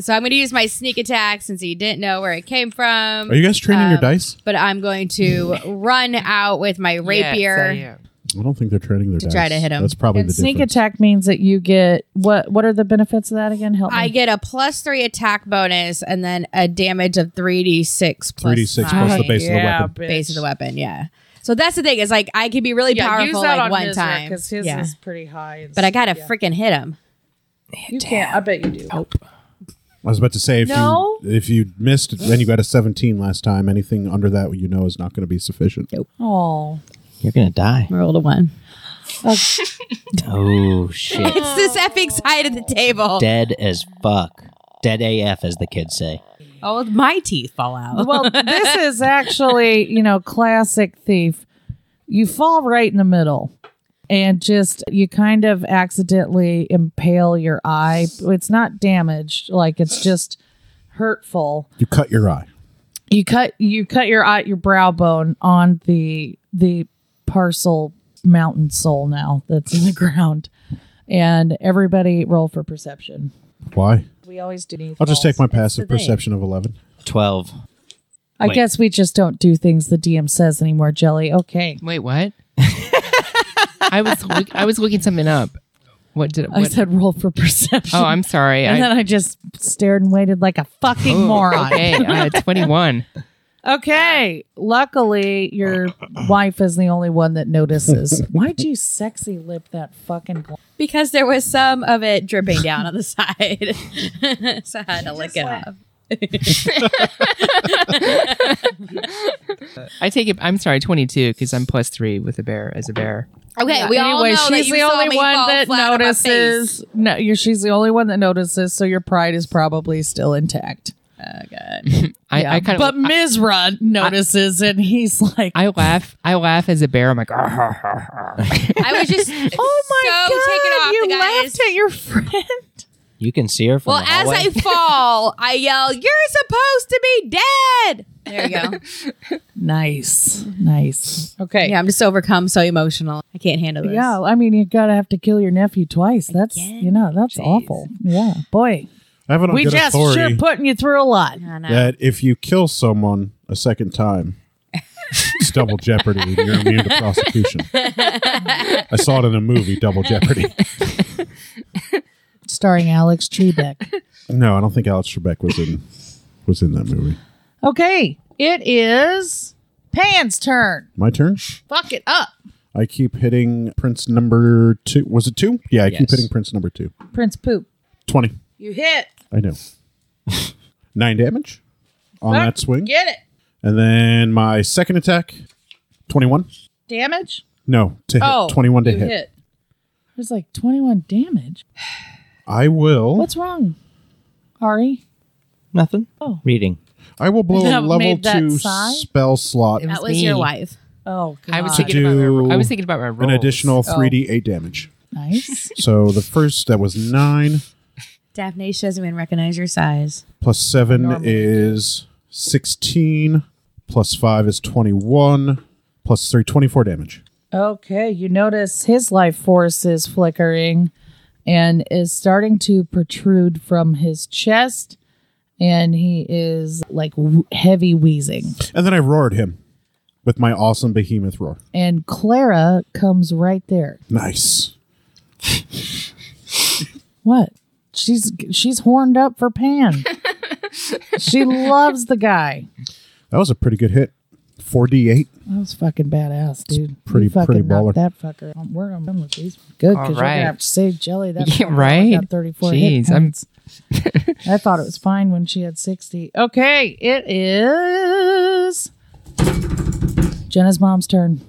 so I'm going to use my sneak attack since he didn't know where it came from.
Are you guys training your
Um,
dice?
But I'm going to run out with my rapier.
I don't think they're training their
to
dice.
try to hit 'em.
That's probably
And
the
sneak
difference.
attack means that you get what? What are the benefits of that again? Help me.
I get a plus three attack bonus and then a damage of 3d6 plus
3d6
my
plus the base of the weapon.
base of the weapon. Yeah. So that's the thing is like I can be really powerful like one time.
because his
yeah.
is pretty high.
but I got to freaking hit him.
you can't. I bet you do.
I was about to say if
No?
you if you missed then you got a 17 last time, anything under that you know is not going to be sufficient.
Oh,
You're gonna die.
Roll a one.
Oh shit!
It's this effing side of the table.
Dead as fuck. Dead AF, as the kids say.
Oh, my teeth fall out.
well, this is actually you know classic thief. You fall right in the middle, and just you kind of accidentally impale your eye. It's not damaged; like it's just hurtful.
You cut your eye.
you cut you cut your eye your brow bone on the the parcel mountain soul now that's in the ground and everybody roll for perception
Why?
we always do
I'll just take my passive perception of 11.
Twelve.
i
Wait.
guess we just don't do things the dm says anymore jelly okay
Wait, what? I was look- I was looking something up. What did
i
what-
said roll for perception
Oh, I'm sorry.
and
I,
then i just stared and waited like a fucking moron
okay, I had 21.
Okay. Luckily, your wife is the only one that notices. Why'd you sexy lip that fucking glass?
Because there was some of it dripping down on the side. so I had to lick it off.
I take it. I'm sorry, 22 because I'm plus three with a bear as a bear.
Okay, we all
anyway,
know
she's
that you
the
saw
only
me
one
fall
that
flat on my face.
notices. No, you're, she's the only one that notices. So your pride is probably still intact.
I, I kind
but
of.
Mizra notices, and he's like,
I laugh. I laugh as a bear. I'm like, "Arr, arr, arr, arr."
I was just
"Oh my god,
so
you
taken off. the guy
laughed
is-
at your friend."
You can see her from
well,
the
as
hallway.
I fall, I yell, "You're supposed to be dead." There you go.
Nice, nice. Okay,
yeah,
yeah,
I'm just overcome, so emotional. I can't handle this.
yeah. I mean, you gotta have to kill your nephew twice. That's you know, that's awful. Yeah, boy,
I have it on
we
good
just
authority
sure putting you through a lot.
I know.
that if you kill someone a second time, it's double jeopardy. and You're immune to prosecution. I saw it in a movie, Double Jeopardy.
starring Alex Trebek.
No, I don't think Alex Trebek was in was in that movie.
okay, it is Pan's turn.
My turn.
Fuck it up.
I keep hitting Prince number two. Was it two? Yeah, I keep
Yes.
hitting Prince number two.
Prince Poop.
20.
You hit.
I know. Nine damage on that swing.
Get it.
And then my second attack, 21.
Damage. Oh,
No, to hit. 21 to
you
hit.
There's like 21 damage.
I will.
What's wrong, Ari?
Nothing.
Oh.
Reading.
I will blow a
That
level
made that
two
sigh?
spell slot
It
that was
me.
your wife.
Oh,
I was
God.
to
thinking about
do
my, I was thinking about my rolls.
an additional 3d8 damage.
nice.
So the first, that was 9,
Daphne, she doesn't even recognize your size.
plus 7 is 16, plus 5 is 21, plus 3, 24 damage.
Okay, you notice his life force is flickering and is starting to protrude from his chest, and he is like w- heavy wheezing.
And then I roared him with my awesome behemoth roar.
And Clara comes right there.
Nice.
What? She's she's horned up for Pan. she loves the guy.
That was a pretty good hit. 4d8.
That was fucking badass, dude.
pretty-
You fucking
pretty
knocked
baller.
That fucker. Um, We're gonna done with these. Good because
All
you're gonna
right.
have to save Jelly. That fucker
Yeah,
only
right?
Got thirty four.
Jeez, I'm-
I thought it was fine when she had sixty. Okay, it is Jenna's mom's turn.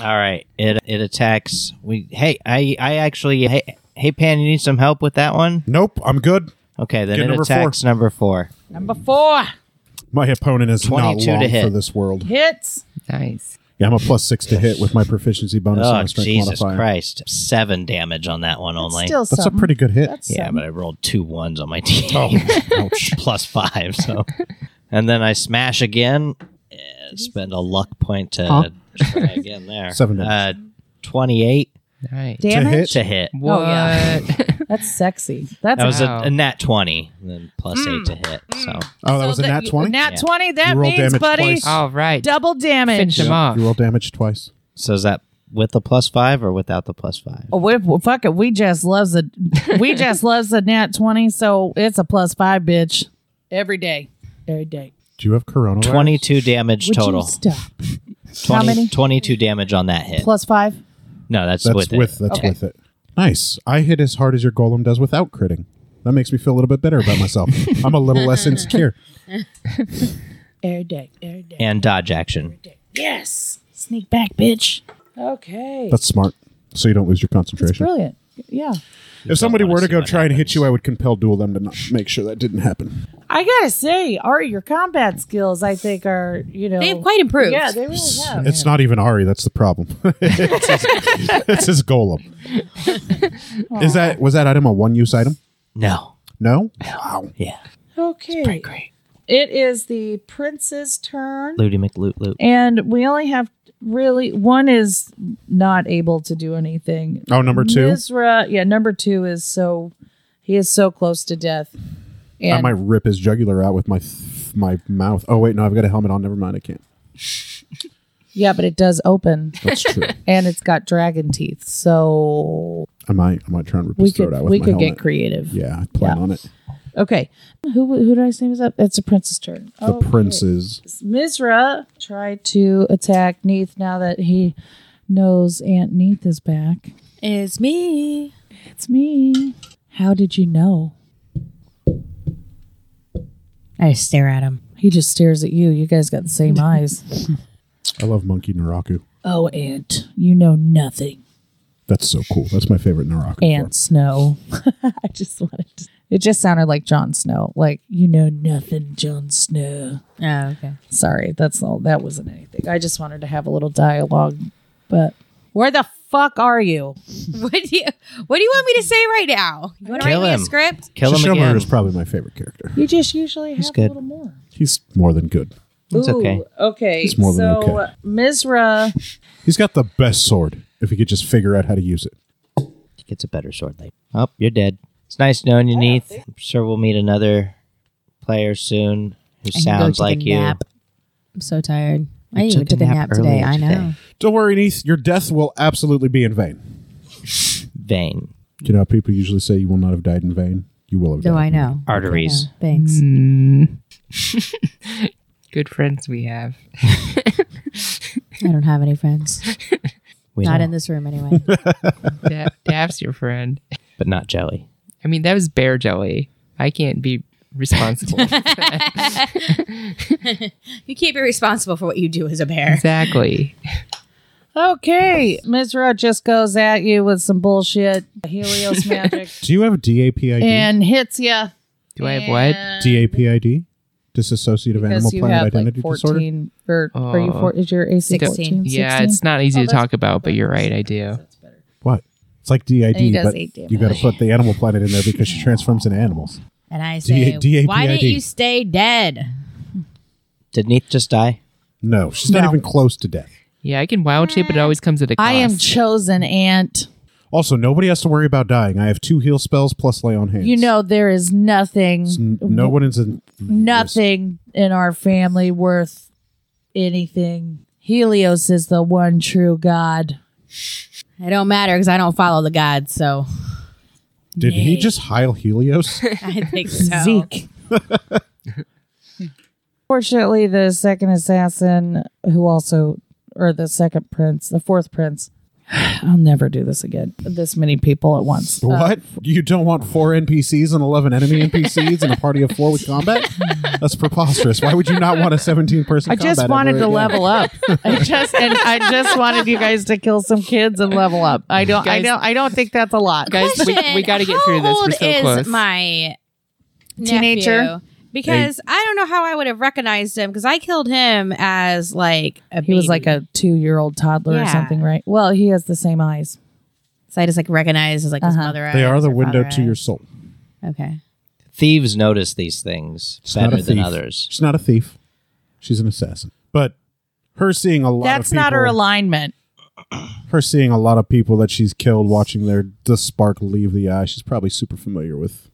All right. It it attacks. We hey I I actually hey hey Pan you need some help with that one.
Nope, I'm good.
Okay, then
Get
it
number four.
attacks number four.
Number four
My opponent is not
22 to
long
hit.
for this world.
hits.
Nice.
Yeah, I'm a plus six to hit with my proficiency bonus and
Oh
my strength
Jesus
modifier.
Christ! Seven damage on that one only.
Still
That's
something.
a pretty good hit.
That's
yeah,
something.
but I rolled two ones on my team.
Oh,
Plus five. So, and then I smash again. and Spend a luck point to
Huh?
try again there.
Seven
Uh, Twenty-eight
Right.
damage.
hit?
to hit.
What?
yeah. That's sexy. That's
That was a,
Wow.
a nat twenty, and then plus eight to hit.
Oh,
So
that
So
was a nat
you-
twenty.
Nat
Yeah.
twenty. That
You roll
means,
damage
buddy,
twice.
All right.
double damage.
Uh, Finish him off.
You roll damage twice.
So is that with the plus five or without the plus five?
Oh, we, well, fuck it. We just loves a we just loves a nat twenty, so it's a plus five, bitch. Every day, every day.
Do you have coronavirus?
Twenty-two damage
Would
total.
you stop?
20,
many?
Twenty-two damage on that hit.
Plus five.
no, that's,
That's
with,
with,
it.
that's with it. Nice. I hit as hard as your golem does without critting. That makes me feel a little bit better about myself. I'm a little less insecure.
Every day, every day.
and dodge action.
Yes. Sneak back, bitch. Okay.
That's smart. So you don't lose your
That's
concentration.
brilliant. Yeah.
If somebody
Don't wanna
were to
see
go
what
try and hit
happens.
you, I would compel duel them to not make sure that didn't happen.
I gotta say, Ari, your combat skills, I think, are you know
They've quite improved.
Yeah, they really have.
It's not even Ari. That's the problem. it's, his, it's his golem. Is that was that item a one use item?
No.
No. Wow.
Yeah.
Okay.
great.
It is the prince's turn.
Looty McLoot Loot.
And we only have really one is not able to do anything.
Oh, number two.
Mizra, yeah, number two is so he is so close to death.
I
And
might rip his jugular out with my th- my mouth. Oh wait, no, I've got a helmet on. Never mind, I can't.
yeah, but it does open
That's true.
and it's got dragon teeth. So
I might I might try and rip
we
his throat
could
out with
we
my
could
helmet.
get creative.
yeah, I plan
Yeah.
on it.
Okay. Who who did I say was up? It's the prince's turn.
The princes.
Mizra tried to attack Neith now that he knows Aunt Neith is back.
It's me.
It's me. How did you know?
I just stare at him.
He just stares at you. You guys got the same eyes.
I love Monkey Naraku.
Oh, Aunt, you know nothing.
That's so cool. That's my favorite Naraku. form.
Aunt Snow. I just wanted to. It just sounded like Jon Snow. Like, you know nothing, Jon Snow.
Oh, okay.
Sorry, that's all. That wasn't anything. I just wanted to have a little dialogue. But where the fuck are you?
What do you What do you want me to say right now? You want to write
Kill
me a
him.
script?
Kill him
Shishomaru
again.
is probably my favorite character.
You just usually have
good.
a little more.
He's more than good.
It's okay.
Okay.
It's more than
so
okay.
Mizra,
He's got the best sword. If he could just figure out how to use it.
He gets a better sword later. Oh, you're dead. It's nice knowing you, Neith. I'm sure we'll meet another player soon who
I can go
sounds
to the
like you.
nap. I'm so tired. I
You
need to go
took
to the
a nap
nap today.
earlier
I know.
today.
Don't worry, Neith. Your death will absolutely be in vain.
Vein.
You know, how people usually say you will not have died in vain. You will have.
No,
died.
I know.
Arteries.
Yeah, thanks.
Mm. Good friends we have.
I don't have any friends.
We
Not
know,
in this room, anyway.
Da- Daph's your friend.
but not jelly.
I mean, that was bear jelly. I can't be responsible.
you can't be responsible for what you do as a bear.
exactly.
okay. Mizra just goes at you with some bullshit, Helios magic,
Do you have DAPID?
and hits you.
Do I have what?
DAPID, dissociative animal
Because you
planet
have
identity
like
disorder.
14, or are you
Oh.
four, is your AC
16.
14?
Yeah,
16?
it's not easy
Oh,
to
that's-
talk about, but you're right. I do.
What? It's like DID,
And he does
but
eight damage.
you got to put the animal planet in there because she transforms into animals.
And I say,
D-
why didn't
DAPID.
you stay dead?
Did Neith just die?
No, she's not
No.
even close to death.
Yeah, I can wild shape, but it always comes at a cost.
I am chosen, Aunt.
Also, nobody has to worry about dying. I have two heal spells plus lay on hands.
You know, there is nothing,
N- no one is in.
nothing in our family worth anything. Helios is the one true God.
It don't matter because I don't follow the gods, so
Did he just heil Helios?
I think so.
Zeke. Fortunately, the second assassin, who also, or the second prince, the fourth prince, I'll never do this again. This many people at once. Uh,
what? You don't want four NPCs and 11 enemy NPCs and a party of four with combat? That's preposterous. Why would you not want a 17 person
I just wanted to level up. I just and I just wanted you guys to kill some kids and level up. I don't. I
Guys-
don't. I don't think that's a lot.
Guys, we,
Question,
got to get
how
through this. We're
old
so
is
close.
my
Teenager?
nephew? because I don't know how I would have recognized him because I killed him as like a
He was like
baby.
a two year old toddler or
Yeah.
something, right? Well, he has the same eyes.
so I just like recognized as like
Uh-huh.
his mother.
They
eyes
are the
or
window
father
to your
eyes.
soul.
okay.
Thieves notice these things
She's not
better
a thief.
than others.
She's not a thief. She's an assassin. But her seeing a lot
That's
of people,
not her alignment.
her seeing a lot of people that she's killed, watching their the spark leave the eye. She's probably super familiar with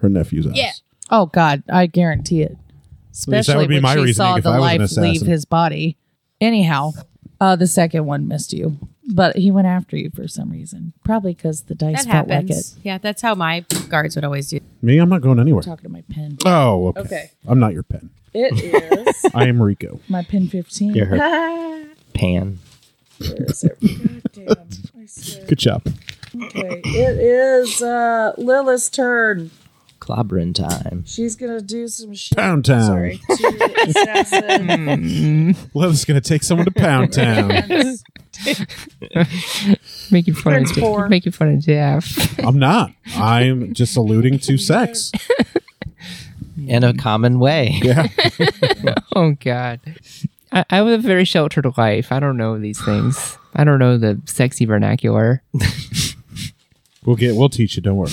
her nephew's eyes.
Yeah.
Oh God, I guarantee it.
that
Especially
would be
when
my
she
reasoning
saw
if
the
I was
life
an
leave
assassin.
his body. Anyhow, uh, the second one missed you, but he went after you for some reason. Probably because the dice
That
felt like it.
happens. yeah, that's how my guards would always do.
Me, I'm not going anywhere.
Talking to my pen.
Oh, okay.
Okay.
I'm not your pen.
It is
I am Rico.
my pen fifteen.
You're her pan.
Good job.
Okay, it is uh, Lilith's turn.
Clobberin time.
She's gonna do some shit.
Pound Town.
Sorry, to the assassin.
Love's gonna take someone to Pound Town.
Hmm.
Making fun
Turns
of
four.
Jeff. Making fun of Jeff.
I'm not. I'm just alluding to sex.
In a common way.
Mm-hmm. Yeah.
oh God. I, I have a very sheltered life. I don't know these things. I don't know the sexy vernacular.
We'll get we'll teach you, don't worry.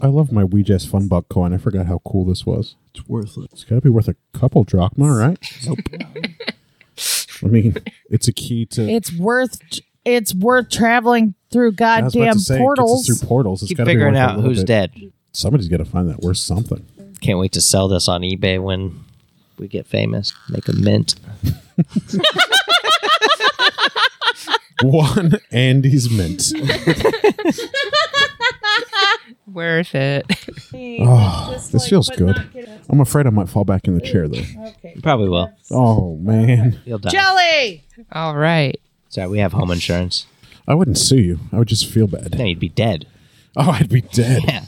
I love my Ouija's fun buck coin. I forgot how cool this was. It's worthless. It's gotta be worth a couple drachma, right? Nope. I mean, it's a key to
it's worth it's worth traveling through
I was about
goddamn
to say, it gets us
portals.
through portals. It's
Keep
gotta be
figuring
worth a
out
little
who's
bit.
dead.
Somebody's gotta find that worth something.
Can't wait to sell this on eBay when we get famous. Make a mint.
One Andy's mint.
Worth it.
Oh, this feels good. I'm afraid I might fall back in the chair though.
You probably will.
Oh man.
You'll die.
Jelly.
All right.
Sorry, we have home insurance.
I wouldn't sue you. I would just feel bad.
No, you'd be dead.
Oh, I'd be dead.
Yeah.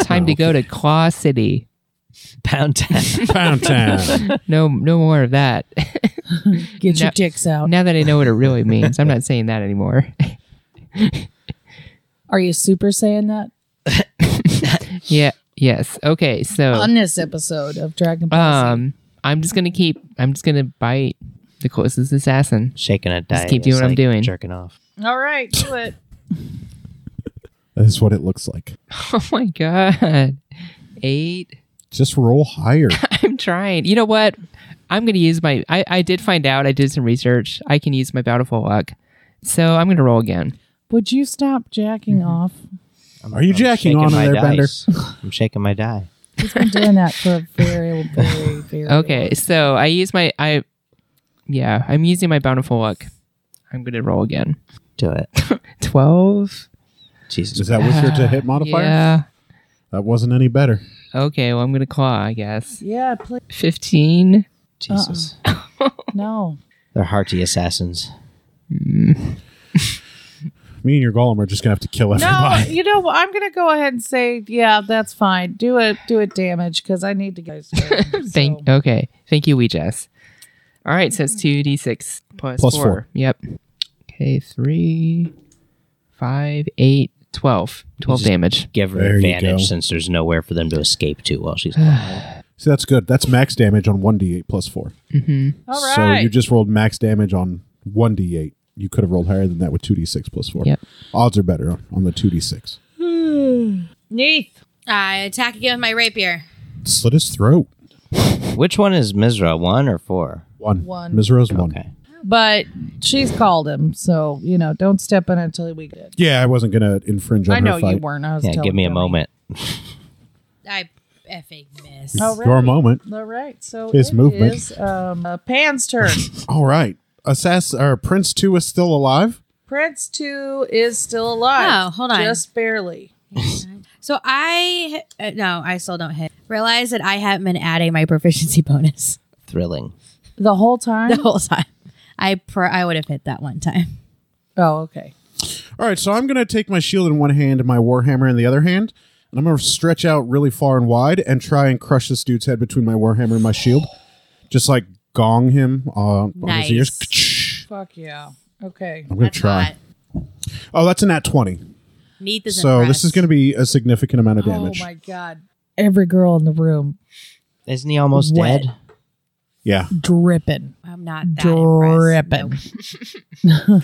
Time to go to Claw City.
Pound town.
Pound town.
No, no more of that.
Get your
No-
dicks out.
now that I know what it really means, I'm not saying that anymore.
Are you super saying that
yeah. Yes. Okay. So.
on this episode of Dragon Ball? Z?
Um, I'm just gonna keep. I'm just gonna bite the closest assassin.
Shaking a diet.
keep doing
It's
what I'm
like
doing.
Jerking off.
All right, do it.
That's what it looks like.
Oh my god, eight.
Just roll higher.
I'm trying. You know what? I'm gonna use my. I I did find out. I did some research. I can use my bountiful luck. So I'm gonna roll again.
Would you stop jacking off?
I'm-
Are you
I'm
jacking
shaking
on
my
there,
dice. I'm shaking my die.
He's been doing that for a very, very, very.
Okay, so I use my. I. Yeah, I'm using my bountiful luck. I'm gonna roll again.
Do it.
Twelve.
Jesus.
Is that with your to hit modifier?
Yeah.
That wasn't any better.
Okay. Well, I'm gonna claw. I guess.
Yeah, please.
Fifteen.
Jesus.
Uh-uh.
No.
They're hearty assassins.
Me and your golem are just gonna have to kill
No,
everybody.
you know, what? I'm going to go ahead and say, yeah, that's fine. Do it, do it damage because I need to guys.
Thank okay. Thank you, Weejess. All right, so it's two d six plus,
Plus
four.
four.
Yep. Okay, three, five, eight, twelve. Twelve
just-
damage.
Give her
There you go.
advantage since there's nowhere for them to escape to while she's alive.
See, that's good. That's max damage on one d8 plus four.
All
So
right.
you just rolled max damage on one d8. You could have rolled higher than that with two d6 plus four.
Yep.
Odds are better on, on the two d6.
Neath.
I attack again with my rapier.
Slit his throat.
Which one is Mizra? One or four?
One.
One.
Mizra's one.
Okay.
But she's called him. So, you know, don't step in until we get.
Yeah, I wasn't gonna infringe on
I
her
know
fight.
you weren't. I was
Yeah,
telling
give me a
Johnny.
moment.
I effing miss.
Oh, really?
Your moment.
All right. So
His
it
movement.
is, um, uh, Pan's turn.
All right. Assass or Prince Two is still alive.
Prince 2 is still alive.
Oh, hold on.
Just barely.
So I uh, no, I still don't hit. Realize that I haven't been adding my proficiency bonus
Thrilling.
The whole time?
the whole time. I pr- I would have hit that one time.
Oh, okay.
All right, so I'm going to take my shield in one hand and my warhammer in the other hand, and I'm going to stretch out really far and wide and try and crush this dude's head between my warhammer and my shield, just like gong him uh, on
Nice.
his ears.
Fuck yeah. Okay.
I'm going to try. Oh, that's an at twenty.
Neat
So this is going to be a significant amount of
Oh
damage.
my god. Every girl in the room
Isn't he almost
Wet.
dead?
Yeah.
dripping.
I'm not that
Dripping.
impressed. Nope.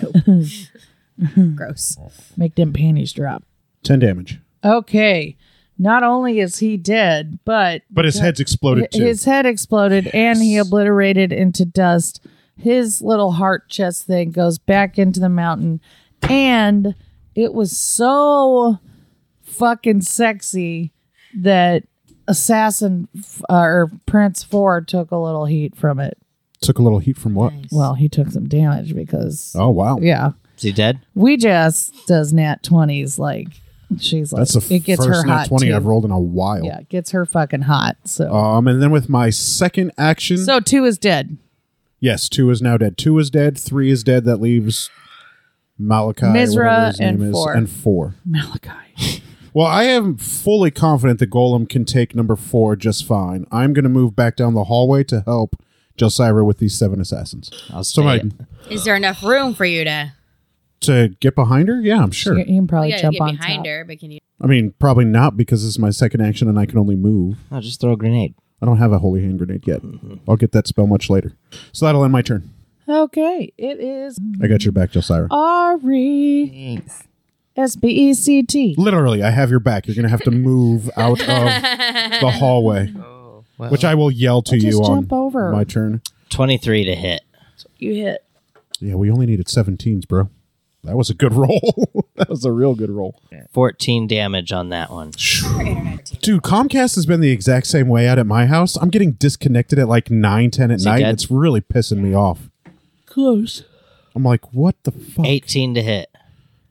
Gross.
Make them panties drop.
10 damage.
Okay. Not only is he dead, but
But his head's exploded too.
his head exploded and he obliterated into dust. His little heart chest thing goes back into the mountain. And it was so fucking sexy that Assassin f- uh, or Prince 4 took a little heat from it.
Took a little heat from what?
Well, he took some damage because,
Oh, wow.
yeah.
Is he dead?
We just does nat 20s. Like, she's like,
That's the
it gets
first
her
nat
hot.
20
too.
I've rolled in a while.
Yeah, it gets her fucking hot. So,
Um, and then with my second action,
so two is dead.
yes, two is now dead. Two is dead. Three is dead. That leaves Malachi,
Mizra,
whatever his
and
name is,
four.
and four.
Malachi.
Well, I am fully confident the golem can take number four just fine. I'm going to move back down the hallway to help Jelsira with these seven assassins.
I'll
So
stay-
my,
Is there enough room for you to
to get behind her? Yeah, I'm sure.
You can probably
you gotta
jump
get
on
behind
top.
her? But can you?
I mean, probably not because this is my second action and I can only move.
I'll just throw a grenade.
I don't have a holy hand grenade yet.
Mm-hmm.
I'll get that spell much later. So that'll end my turn.
Okay, it is
I got your back, Jelsira.
R E
Thanks.
S B E C T.
Literally, I have your back. You're going to have to move out of the hallway,
Oh,
Well,
which I will yell to
Just
you on
jump over.
my turn.
23 to hit.
You hit.
Yeah, we only needed 17s, bro. That was a good roll. that was a real good roll.
14 damage on that one.
Dude, Comcast has been the exact same way out at my house. I'm getting disconnected at like 9, 10 at
it
night.
dead?
It's really pissing me off.
Close.
I'm like, what the fuck?
18 to hit.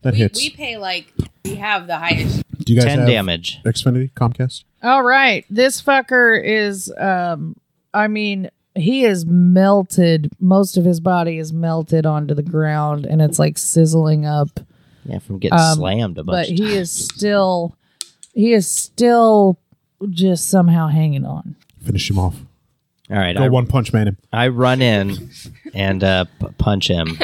That
We,
hits.
we pay like we have the highest.
Do you guys
10
have
damage.
Xfinity, Comcast?
All right, this fucker is. Um, I mean, he is melted. Most of his body is melted onto the ground, and it's like sizzling up.
Yeah, from getting
Um,
slammed a
But
bunch.
he is still. He is still just somehow hanging on.
Finish him off.
All right,
Go
I,
one punch man him.
I run in and uh, p- punch him.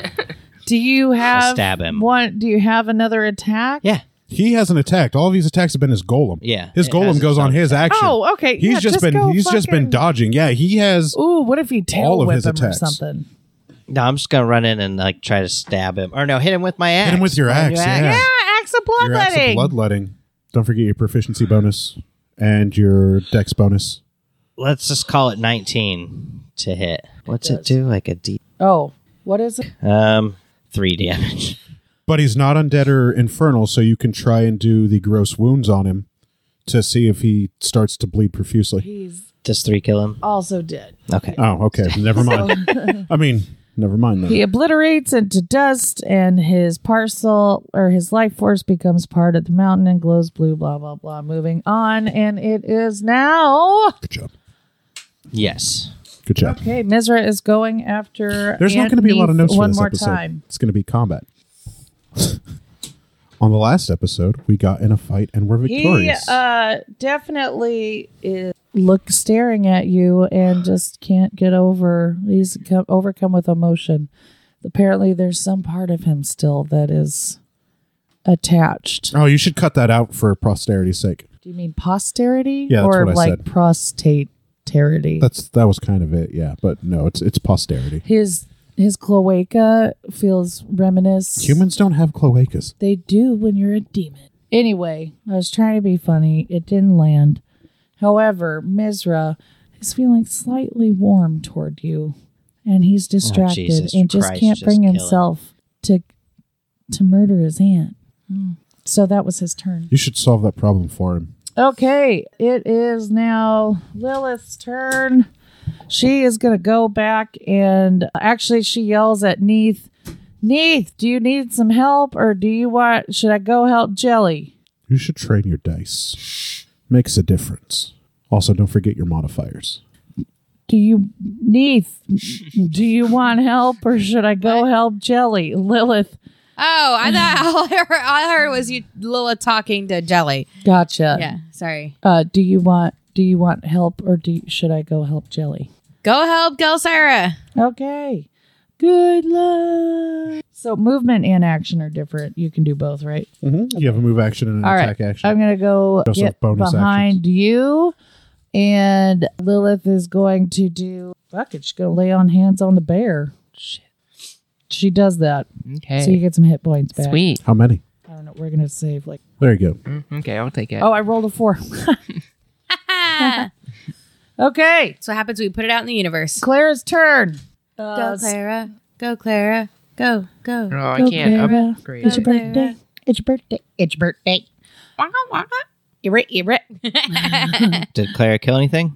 Do you have
stab him.
One? Do you have another attack?
Yeah,
He hasn't attacked. All of his attacks have been his golem.
Yeah,
His
it
golem
has
goes
its
on
own
his action.
Oh, okay.
He's
yeah,
just been
go
he's just been
fucking-
dodging. Yeah, he has
Ooh, what if he tail
All of
whip
his
him
attacks.
or something?
no, I'm just gonna run in and like try to stab him, or no, hit him with my axe.
hit him with your
My
axe.
new
Yeah.
Ah, axe of
Your axe of
bloodletting.
bloodletting. Don't forget your proficiency bonus and your dex bonus.
Let's just call it 19 to hit. What's it, do? Like a D?
oh, what is it?
Um, three damage.
But he's not undead or infernal, so you can try and do the gross wounds on him to see if he starts to bleed profusely.
He's
Does three kill him?
also dead.
Okay.
Oh, okay. Never mind. I mean, never mind
He
then.
obliterates into dust, and his parcel or his life force becomes part of the mountain and glows blue. Blah blah blah. Moving on, and it is now.
Good job.
Yes.
Good job.
Okay, Mizra is going after.
There's not
Aunt
going to be a lot of
Neith
notes for
One
this
more
episode.
time.
It's going to be combat. On the last episode, we got in a fight and we're
He
victorious.
uh, definitely is look staring at you and just can't get over. He's co- overcome with emotion. Apparently, there's some part of him still that is attached.
oh, you should cut that out for posterity's sake.
Do you mean posterity
Yeah, that's
or
what I
like
said.
prostate prostaterity?
That's that was kind of it, yeah. But no, it's it's posterity.
His his cloaca feels reminiscent.
Humans don't have cloacas.
They do when you're a demon. Anyway, I was trying to be funny. It didn't land. However, Mizra is feeling slightly warm toward you, and he's distracted
Oh, Jesus
and just
Christ,
can't
just
bring
kill him.
himself to to murder his aunt. Mm. So that was his turn.
You should solve that problem for him.
Okay, it is now Lilith's turn. She is going to go back and actually she yells at Neith, Neith, do you need some help or do you want should I go help Jelly?
You should train your dice. Makes a difference. Also, don't forget your modifiers.
Do you Neith, do you want help or should I go help Jelly? Lilith,
Oh, I thought all I heard, all I heard was you Lila talking to Jelly.
gotcha.
Yeah, sorry.
Uh do you want do you want help or do you, should I go help Jelly?
Go help Gelsira.
Okay. Good luck. So movement and action are different. You can do both, right?
You have a move action and an
All right.
attack action.
I'm gonna go
Those are
get
bonus
behind you. And Lilith is going to do, fuck it, she's going to lay on hands on the bear. Shit. She does that.
Okay.
So you get some hit points back.
Sweet.
How many?
I don't know. We're going to save like,
There you go.
Mm, Okay, I'll take it.
oh, I rolled a four. okay.
so what happens we put it out in the universe.
Clara's turn. Uh,
Go Clara. Go Clara. Go. Go.
Oh, I
Go,
can't
Clara.
upgrade.
It's your
it.
birthday. It's your birthday. It's your birthday. You're you're
Did Clara kill anything?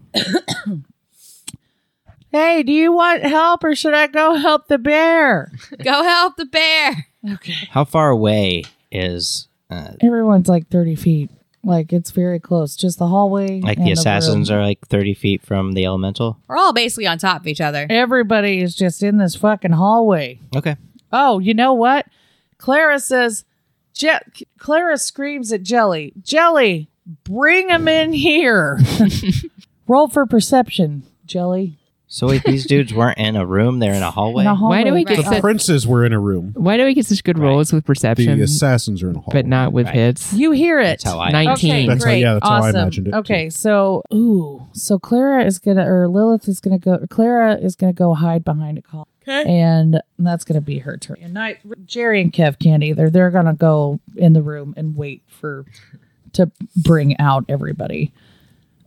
Hey, do you want help or should I go help the bear?
Go help the bear.
Okay.
How far away is uh,
Everyone's like 30 feet. Like it's very close. Just the hallway.
like
and
the assassins
room.
are like thirty feet from the elemental?
We're all basically on top of each other.
Everybody is just in this fucking hallway.
Okay.
Oh, you know what? Clara says, Je- Clara screams at Jelly, Jelly, bring him in here. Roll for perception, Jelly.
So wait, these dudes weren't in a room; they're in a hallway.
In a hallway. Uh,
Why do we get
Right.
The
such,
princes were in a room.
Why do we get such good
Right.
rolls with perception,
The assassins are in a hall.
but not with
Right.
hits?
You hear it.
That's how I.
Nineteen.
That's how- yeah, that's how I imagined it, too.
Okay, so ooh, so Clara is gonna or Lilith is gonna go. Or Clara is gonna go hide behind a call,
Okay.
and that's gonna be her turn. And I, Jerry and Kev can't either. They're gonna go in the room and wait for to bring out everybody,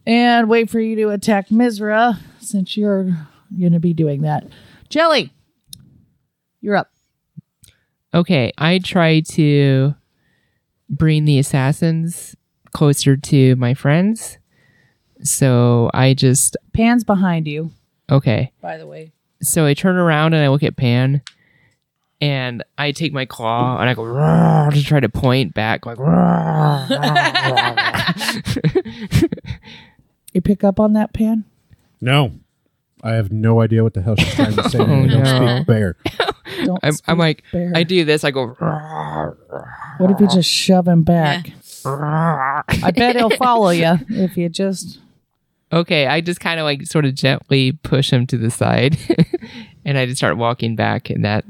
and wait for you to attack Mizra since you're gonna be doing that. Jelly, you're up.
Okay, I try to bring the assassins closer to my friends. So I just
Pan's behind you.
okay.
By the way,
So I turn around and I look at Pan, and I take my claw and I go "Roar," to try to point back, like. "Roar, roar, roar."
you pick up on that Pan.
No. I have no idea what the hell she's trying to say.
Oh,
I don't
no.
speak bear.
Don't
I'm, I'm
speak
like,
bear.
I do this. I go. "Roar, roar,
What if you just shove him back?
roar."
I bet he'll follow you if you just.
Okay, I just kind of like sort of gently push him to the side, and I just start walking back in that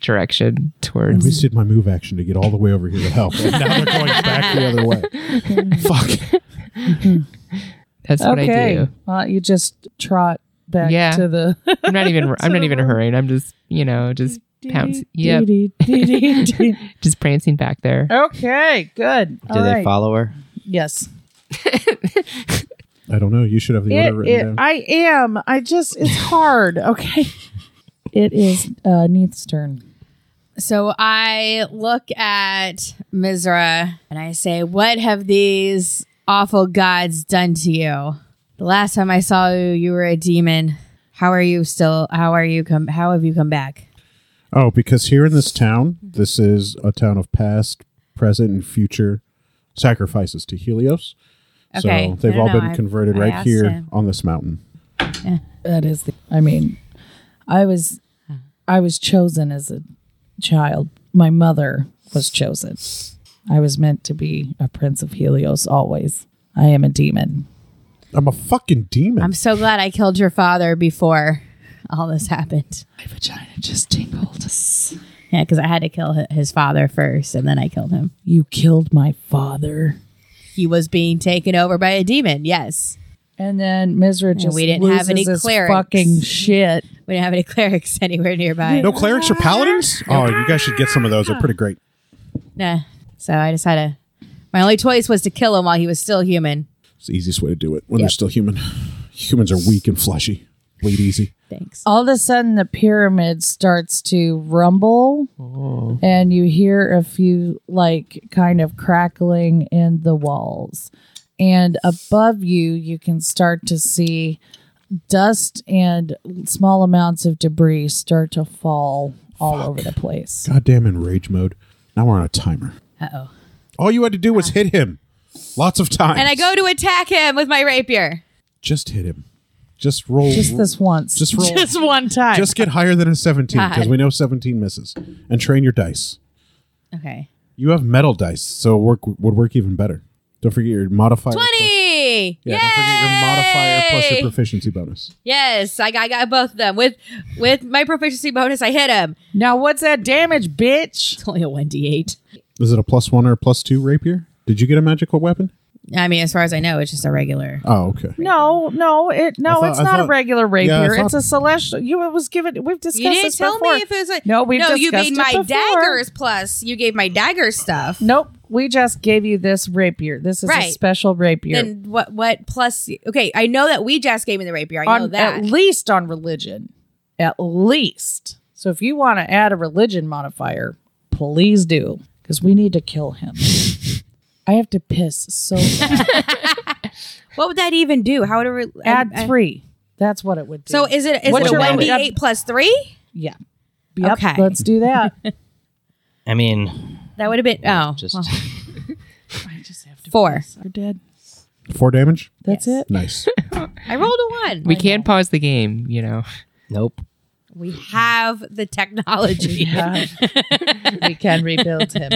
direction
I
towards.
wasted my move action to get all the way over here to help. And now they're going back the other way. Fuck.
That's what I
Okay.
do.
Well, you just trot back
Yeah.
to the.
I'm not even. I'm not even hurrying. I'm just you know just pounce. Yep, just prancing back there.
Oh, Okay, good.
Do they follow her?
Yes.
I don't know. You should have the order
It,
written
it,
down.
I am. I just. It's hard. Okay. It is uh, Neith's turn.
So I look at Mizra and I say, What have these awful gods done to you? The last time I saw you, you were a demon. How are you still? How are you come? How have you come back?
Oh, because here in this town, this is a town of past, present, and future sacrifices to Helios.
Okay.
So they've
I
all
don't know.
been
I-
converted
I
right
asked
here
him.
on this mountain.
That is the. I mean, I was, I was chosen as a child. My mother was chosen. I was meant to be a prince of Helios. Always, I am a demon.
I'm a fucking demon.
I'm so glad I killed your father before all this happened.
My vagina just tingled.
Yeah, because I had to kill hi- his father first, and then I killed him.
You killed my father.
He was being taken over by a demon. Yes,
And then Mizra just
we didn't have
loses
any
his
clerics.
fucking shit.
we didn't have any clerics anywhere nearby.
no clerics or paladins? Oh, you guys should get some of those. They're pretty great.
Nah. So I just had to. My only choice was to kill him while he was still human.
It's the easiest way to do it when they're still human. Humans are weak and fleshy. Bleed easy.
Thanks.
All of a sudden, the pyramid starts to rumble,
Oh.
and you hear a few like kind of crackling in the walls. And above you, you can start to see dust and small amounts of debris start to fall all over the place.
Goddamn in rage mode. Now we're on a timer.
Uh oh.
All you had to do was hit him. Lots of times.
And I go to attack him with my rapier.
Just hit him. Just roll.
Just this once.
Just roll.
Just one time.
Just get higher than a 17 because
God.
we know 17 misses. And train your dice.
Okay.
You have metal dice, so it work would work even better. Don't forget your modifier. plus-
20!
yeah, don't forget your modifier plus your proficiency bonus.
Yes, I got, I got both of them. With with my proficiency bonus, I hit him.
now, what's that damage, bitch?
It's only a 1d8.
Is it a plus one or a plus two rapier? Did you get a magical weapon?
I mean, as far as I know, it's just a regular.
Oh, okay.
No, no, it no,
I thought-
it's
I
not a
thought-
regular
yeah, I
rapier.
thought-
it's a celestial. You it was given. We've discussed
You didn't
this
tell
before.
me if it was a
No, we've
no. You
discussed
made
it
my
before.
daggers plus. You gave my dagger stuff.
Nope, we just gave you this rapier. This is a
Right.
special rapier.
Then what? What plus? Okay, I know that we just gave me the rapier. I know
on,
that.
At least on religion. At least. So if you want to add a religion modifier, please do, because we need to kill him. I have to piss so bad.
what would that even do? How would it re-
add
I- I-
three. That's what it would do.
So is it is
What's
it a
your
one d
limit?
eight plus three?
yeah. Yep,
Okay.
Let's do that.
I mean,
That would have been oh
just
well, four.
You're dead.
Four damage.
That's it.
Nice.
I rolled a one.
We can pause the game, you know.
nope.
We have the technology.
Yeah. we can rebuild him.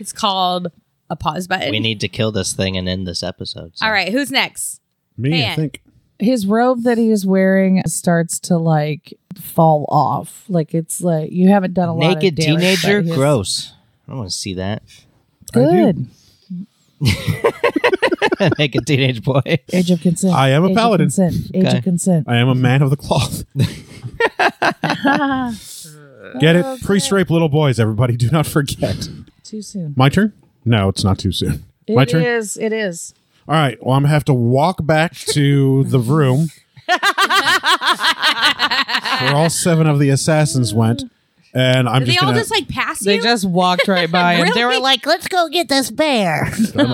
It's called a pause button.
We need to kill this thing and end this episode. so-
All right, who's next?
Me, I
Man.
think.
His robe that he is wearing starts to like fall off. Like it's like you haven't done a lot of
Naked
damage, but
teenager,
his-
gross. I don't want to see that.
I do.
Good.
Naked teenage boy.
Age of consent.
I am a
Age of
paladin.
consent. Age
Okay.
of consent.
I am a man of the cloth. Get it? Priest rape little boys, everybody. Do not forget.
Too soon.
My turn? No, it's not too soon.
It
My turn?
is, It is.
All right. Well, I'm going to have to walk back to the room where all seven of the assassins went. And I'm
Did they
just
all
going
just
to.
like pass
They
you?
just walked right by him. They were like,
um,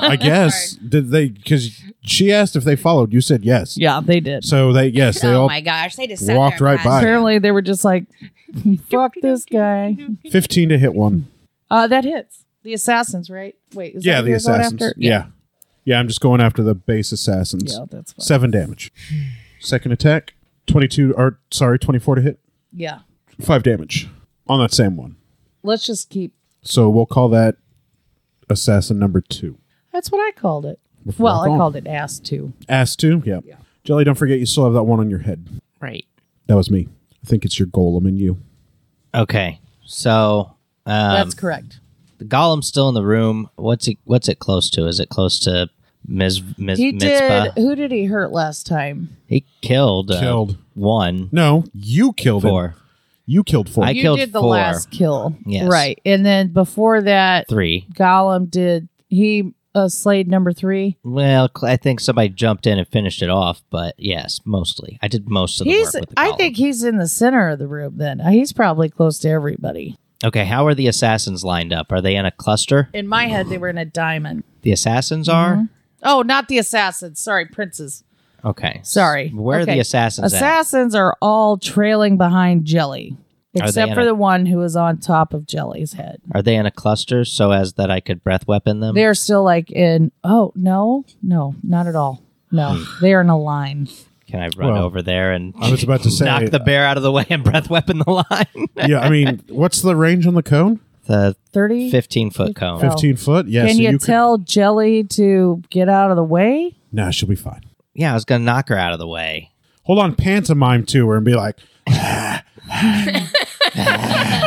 I guess. Did they? Because she asked if they followed. You said yes.
yeah, they did.
So they, yes, they
oh
all.
my gosh, they just sat
walked
there and
right
passed
by.
you.
Apparently, they were just like, fuck this guy.
15 to hit one.
Uh, that hits. The assassins, right? Wait, is
yeah,
that
the
who they're going
assassins.
after?
Yeah. yeah. I'm just going after the base assassins.
Yeah, that's fine.
Seven damage. Second attack, 22, or sorry, 24 to hit.
Yeah.
Five damage on that same one.
Let's just keep.
So we'll call that assassin number two.
That's what I called it.
Before
Well, I
call-
called it ass too.
Ass two? Yeah. Jelly, don't forget you still have that one on your head.
Right.
That was me. I think it's your golem and you.
Okay. So um,
That's correct.
the golem's still in the room. What's it? What's it close to? Is it close to Ms. Ms.
He
Mitzpah?
did. Who did he hurt last time?
He killed. Uh,
Killed.
one.
No, you killed him.
Four.
You killed four.
I-
you
killed
did the
four.
last kill.
Yes.
Right. And then before that,
Three.
Gollum did. He uh, slayed number three.
Well, cl- I think somebody jumped in and finished it off, but yes, mostly. I did most of the
He's.
work. With the
I
golem.
think he's in the center of the room. Then Uh, he's probably close to everybody.
Okay, how are the assassins lined up? Are they in a cluster?
In my head, they were in a diamond.
The assassins are.
Oh, not the assassins. Sorry, princes.
Okay.
Sorry.
Where are
Okay.
the assassins at?
Assassins are all trailing behind Jelly,
they
except
in
for
a-
the one who is on top of Jelly's head.
Are they in a cluster so as that I could breath weapon
Um,
them?
They're still like in. Oh no, no, not at all. No,
Hmm.
they are in a line.
Can I run
Well,
over there and
I was about to say- uh,
knock the bear out of the way and breath weapon the line?
yeah, I mean, what's the range on the cone?
the
Thirty.
15 foot cone.
Fif-
15 foot? Yeah,
Can
so
you,
you
tell Jelly to get out of the way?
Could, nah, she'll be fine.
Yeah, I was going to knock her out of the way.
Hold on, pantomime to her and be like,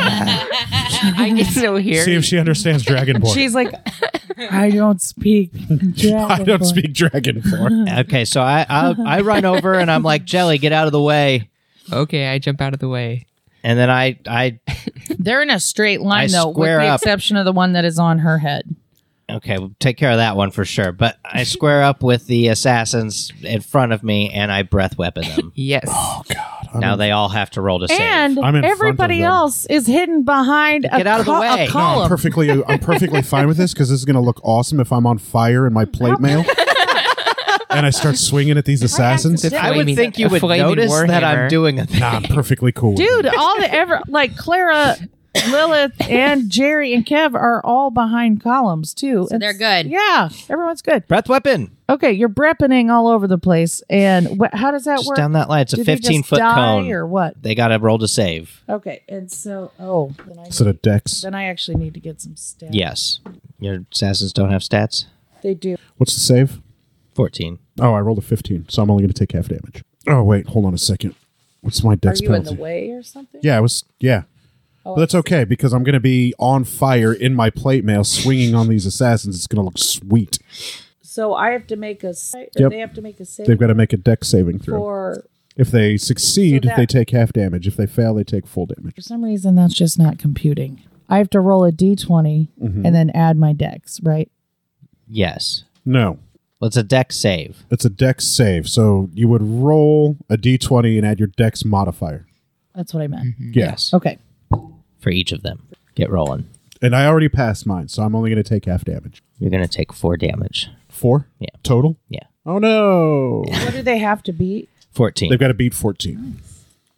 I can still hear.
see if she understands Dragonborn.
She's like, I don't speak.
I
Dragonborn."
don't speak Dragonborn.
Okay, so I, I I run over and I'm like, Jelly, get out of the way.
Okay, I jump out of the way.
And then I I
They're in a straight line
I
though, with
square
the
up.
exception of the one that is on her head.
okay, we'll take care of that one for sure. But I square up with the assassins in front of me and I breath weapon them.
Yes.
now they all have to roll to save.
And
I'm in front of
everybody
them.
else is hidden behind a,
Get out of the
col-
way.
a
No,
No, I'm
column.
perfectly uh, I'm perfectly fine with this because this is gonna look awesome if I'm on fire in my plate mail. and I start swinging at these assassins.
accidentally-
I would
Flaming-
think you
a
would
flaming
notice that I'm
warhammer.
doing a thing.
Nah, I'm perfectly cool. with
Dude,
it.
all the ever like Clara, Lilith, and Jerry and Kev are all behind columns too.
So they're good.
Yeah, everyone's good.
Breath weapon.
Okay, you're breppening all over the place, and wh- how does that
Just
work?
down that line. It's a
Do they just
15 foot
die
cone.
or what?
They got to roll to save.
Okay, and so oh, then I,
Is it a dex?
then I actually need to get some stats.
Yes. Your assassins don't have stats?
they do.
What's the save?
14.
Oh, I rolled a 15, so I'm only gonna take half damage. Oh wait, hold on a second. What's my
Are
dex
you in
penalty?
the way or something?
Yeah, it was yeah.
Oh,
but that's okay because I'm going to be on fire in my plate mail swinging on these assassins. It's going to look sweet.
So I have to make a. sa-
Yep.
They have to make a save
They've got to make a deck saving throw.
for.
If they succeed,
So that-
they take half damage. If they fail, they take full damage.
For some reason, that's just not computing. I have to roll a d20
Mm-hmm.
and then add my dex, right?
Yes.
No,
Well, it's a deck save.
it's a dex save. So you would roll a d20 and add your dex modifier.
That's what I meant.
Mm-hmm.
Yes.
Okay.
For each of them. Get rolling.
And I already passed mine, so I'm only going to take half damage.
You're going to take four damage.
Four?
Yeah.
Total?
Yeah.
Oh, no.
What do they have to beat?
14.
They've got to beat 14.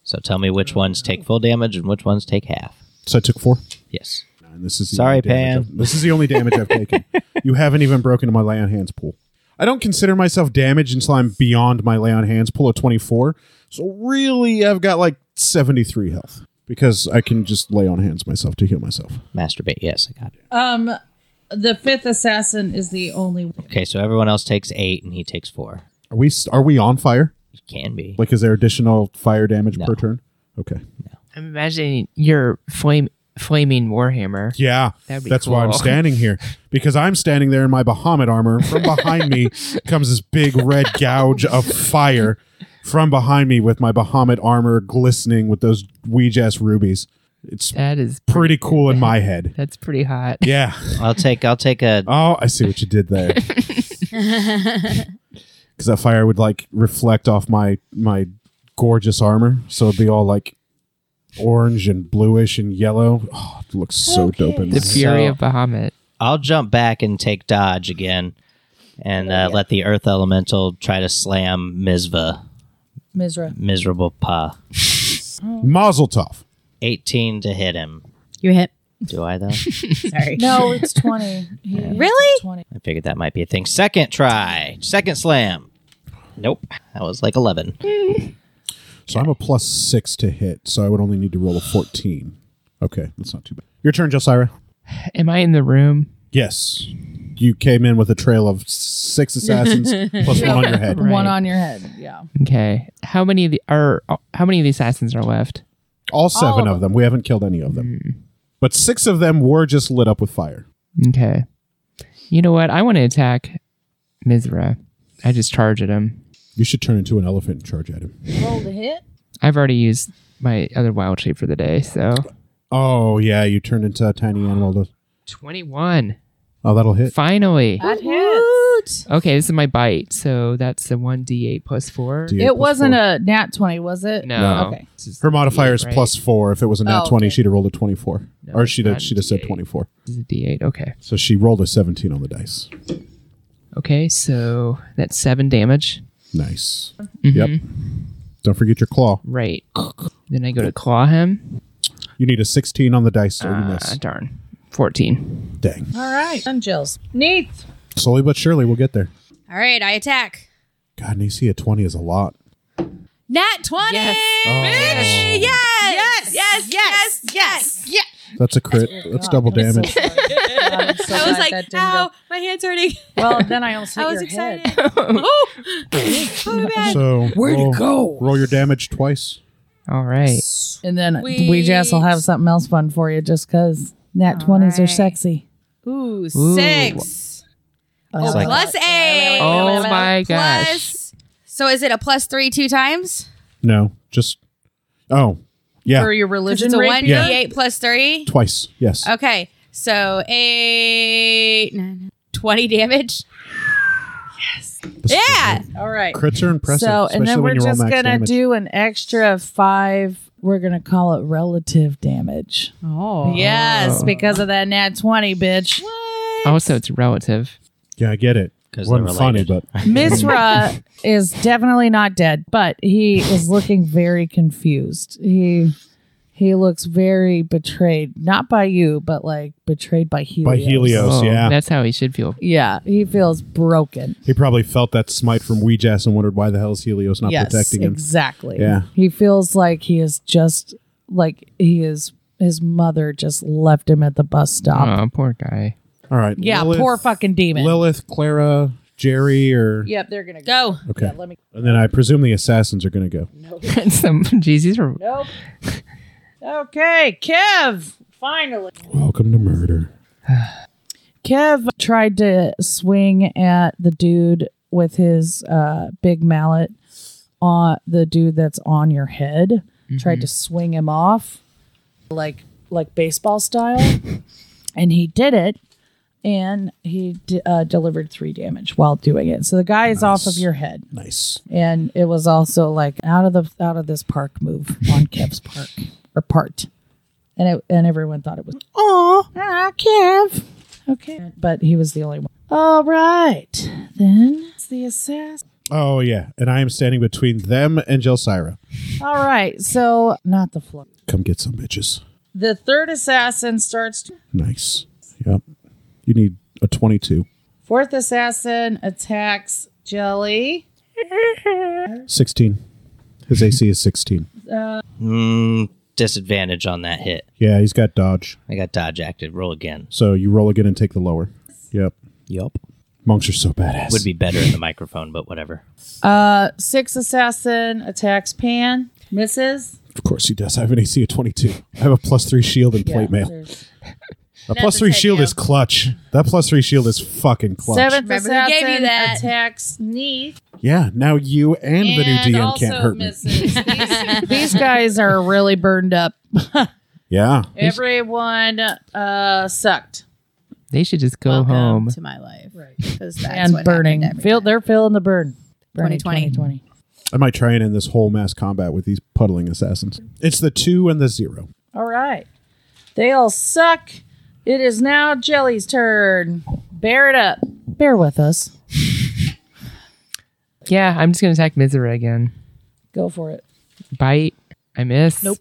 so tell me which ones take full damage and which ones take half.
So I took four.
Yes.
And this is the
Sorry,
only damage
Pam.
I've- This is the only damage I've taken. You haven't even broken my lay on hands pool. I don't consider myself damaged until I'm beyond my lay on hands pool of 24. So really, I've got like 73 health because I can just lay on hands myself to heal myself.
Masturbate. Yes, I got it.
Um, the fifth assassin is the only.
Okay, so everyone else takes eight and he takes four.
Are we s- are we on fire?
You can be.
Like, is there additional fire damage
No.
per turn? Okay.
I'm imagining your flame flaming warhammer.
Yeah,
That'd be
that's why I'm
cool.
standing here because I'm standing there in my Bahamut armor. From behind me comes this big red gouge of fire from behind me with my Bahamut armor glistening with those Ouija ass rubies. It's
That is
pretty cool in my head.
that's pretty hot.
Yeah.
I'll take I'll take a
Oh, I see what you did there. Because that fire would like reflect off my my gorgeous armor, so it'd be all like orange and bluish and yellow. Oh, it looks so dope in my
The
head.
fury
So-
of Bahamut.
I'll jump back and take dodge again and uh, let the earth elemental try to slam Mizva.
Misra.
Miserable Pa.
Mazel tov.
18 to hit him.
You hit.
Do I though?
Sorry.
No, Oh, it's 20. Yeah, it's
Really?
20.
I figured that might be a thing. Second try. Second slam. Nope. That was like 11.
So I'm a plus six to hit, so I would only need to roll a 14. Okay, that's not too bad. Your turn, Jelsira.
Am I in the room?
Yes. You came in with a trail of six assassins plus one on your head.
One
Right.
on your head. Yeah.
Okay. How many of the are how many of the assassins are left?
All seven
of
of them. We haven't killed any of them. But six of them were just lit up with fire.
Okay. You know what? I want to attack Mizra. I just charge at him.
You should turn into an elephant and charge at him.
Roll the hit.
I've already used my other wild shape for the day, so
Oh, yeah, you turned into a tiny animal. to-
twenty one.
Oh, that'll hit.
Finally.
That
Woot.
Okay, this is my bite, so that's the one D eight plus four.
D8
It
plus
wasn't
four.
a nat 20, was it?
No.
Okay.
This is
Her modifier is
D8, right?
plus four. If it was a nat
Oh,
20,
okay.
she'd have rolled a 24.
No,
or
it's
she'd have,
not
she'd have said
D8.
24.
This is a D eight. Okay.
So she rolled a 17 on the dice.
Okay, so that's seven damage.
Nice.
Mm-hmm.
Yep. Don't forget your claw.
Right. Then I go to claw him.
You need a 16 on the dice or you
Ah,
miss.
darn. Fourteen.
Uh,
Dang.
All right. Angels. Neat.
Slowly but surely, we'll get there.
All right, I attack.
God, and you see a 20 is a lot.
Nat 20.
Yes.
Oh.
Bitch. Yes. Yes. Yes. Yes. Yes. Yes.
That's a crit. That's double damage.
I was like, ow, my hand's hurting.
Well, then I also hit
I was
your head.
excited. oh, oh, man.
So,
Where'd it
roll,
go?
Roll your damage twice.
All right.
And then
Sweet.
we, just will have something else fun for you just because nat 20s are
right.
sexy.
Ooh, six. Oh,
like-
plus eight.
Oh my gosh.
Plus. So is it a plus three two times?
No, just. Oh, yeah.
For your religion
It's a one
rapier?
d
Yeah.
eight plus three.
Twice. Yes.
Okay, so eight, nine, 20 damage.
That's
Yeah.
good.
All right.
Crits are impressive.
So,
especially
and then
when
we're
you roll
just
max
going to
damage.
do an extra five. We're going to call it relative damage.
Oh
Yes, because of that nat 20, bitch.
Also, it's relative.
Yeah, I get it.
'Cause
Wasn't
they're
funny,
related.
but.
Misra is definitely not dead, but he is looking very confused. He he looks very betrayed, not by you, but like betrayed by Helios.
By Helios. Oh, yeah.
That's how he should feel.
Yeah, he feels broken.
He probably felt that smite from Weejass and wondered why the hell is Helios not
yes,
protecting him.
exactly.
Yeah.
he feels like he is just like he is. His mother just left him at the bus stop.
Oh, poor guy.
All right.
yeah,
Lilith-
poor fucking demon.
Lilith, Clara, Jerry, or.
yep, they're gonna go.
go.
Okay. And then I presume the assassins are going to go.
Some Jesus.
Nope. Okay, Kev. Finally.
Welcome to murder.
Kev tried to swing at the dude with his uh, big mallet on the dude that's on your head. Tried to swing him off, like like baseball style, and he did it. And he d- uh, delivered three damage while doing it. So the guy is off of your head,
Nice.
and it was also like out of the out of this park move on Kev's park or part, and it, and everyone thought it was oh ah Kev. Okay. But he was the only one. All right. Then it's the assassin.
Oh yeah, and I am standing between them and Jelsira.
All right. So, not the floor.
Come get some bitches.
The third assassin starts. to-
Nice. Yep. You need a twenty-two.
Fourth assassin attacks Jelly.
Sixteen. His AC is sixteen.
Mm, disadvantage on that hit.
Yeah, he's got dodge.
I got dodge active. Roll again.
So you roll again and take the lower. Yep.
Yup.
Monks are so badass.
Would be better in the microphone, but whatever.
Uh, sixth assassin attacks Pan. Misses.
Of course he does. I have an AC of twenty-two. I have a plus three shield and plate mail.
There's-
A plus
a
three
tech
shield
you.
is clutch. That plus three shield is fucking clutch.
Seventh
Remember who
assassin
gave you that.
attacks Neith.
Yeah. Now you and, the
And
new DM
also
can't hurt me.
misses. These, these guys are really burned up.
Yeah.
Everyone uh, sucked.
They should just go
Welcome
home.
to my life. Right. That's
and burning. Feel, they're feeling the burn. Burning
2020.
2020.
I might try and end this whole mass combat with these puddling assassins. It's the two and the zero.
All right. They all suck. It is now Jelly's turn. Bear it up. Bear with us.
Yeah, I'm just gonna attack Mizora again.
Go for it.
Bite. I miss. Nope.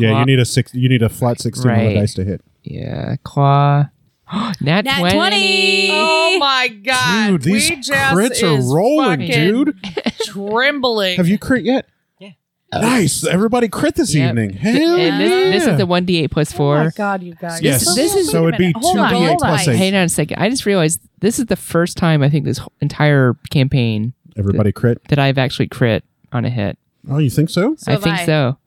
Yeah, you need a six. You need a flat sixteen on
Right.
the dice to hit.
Yeah, claw. Nat,
Nat
20.
20.
Oh my god.
Dude, these
Wee Jess is
crits are rolling,
fucking
dude.
Trembling.
Have you crit yet?
Yeah.
Nice. Everybody crit this
Yep.
evening. Hell
And this, this
yeah.
is the 1d8 plus
Oh my
4.
god, you guys.
Yes.
This- this is-
so it'd be
wait a minute. Hold
two
on,
d eight
hold on.
plus eight.
Hang on a second. I just realized this is the first time I think this whole entire campaign
Everybody crit.
that I've actually crit on a hit.
Oh, you think so?
So
I
have
think
I.
so.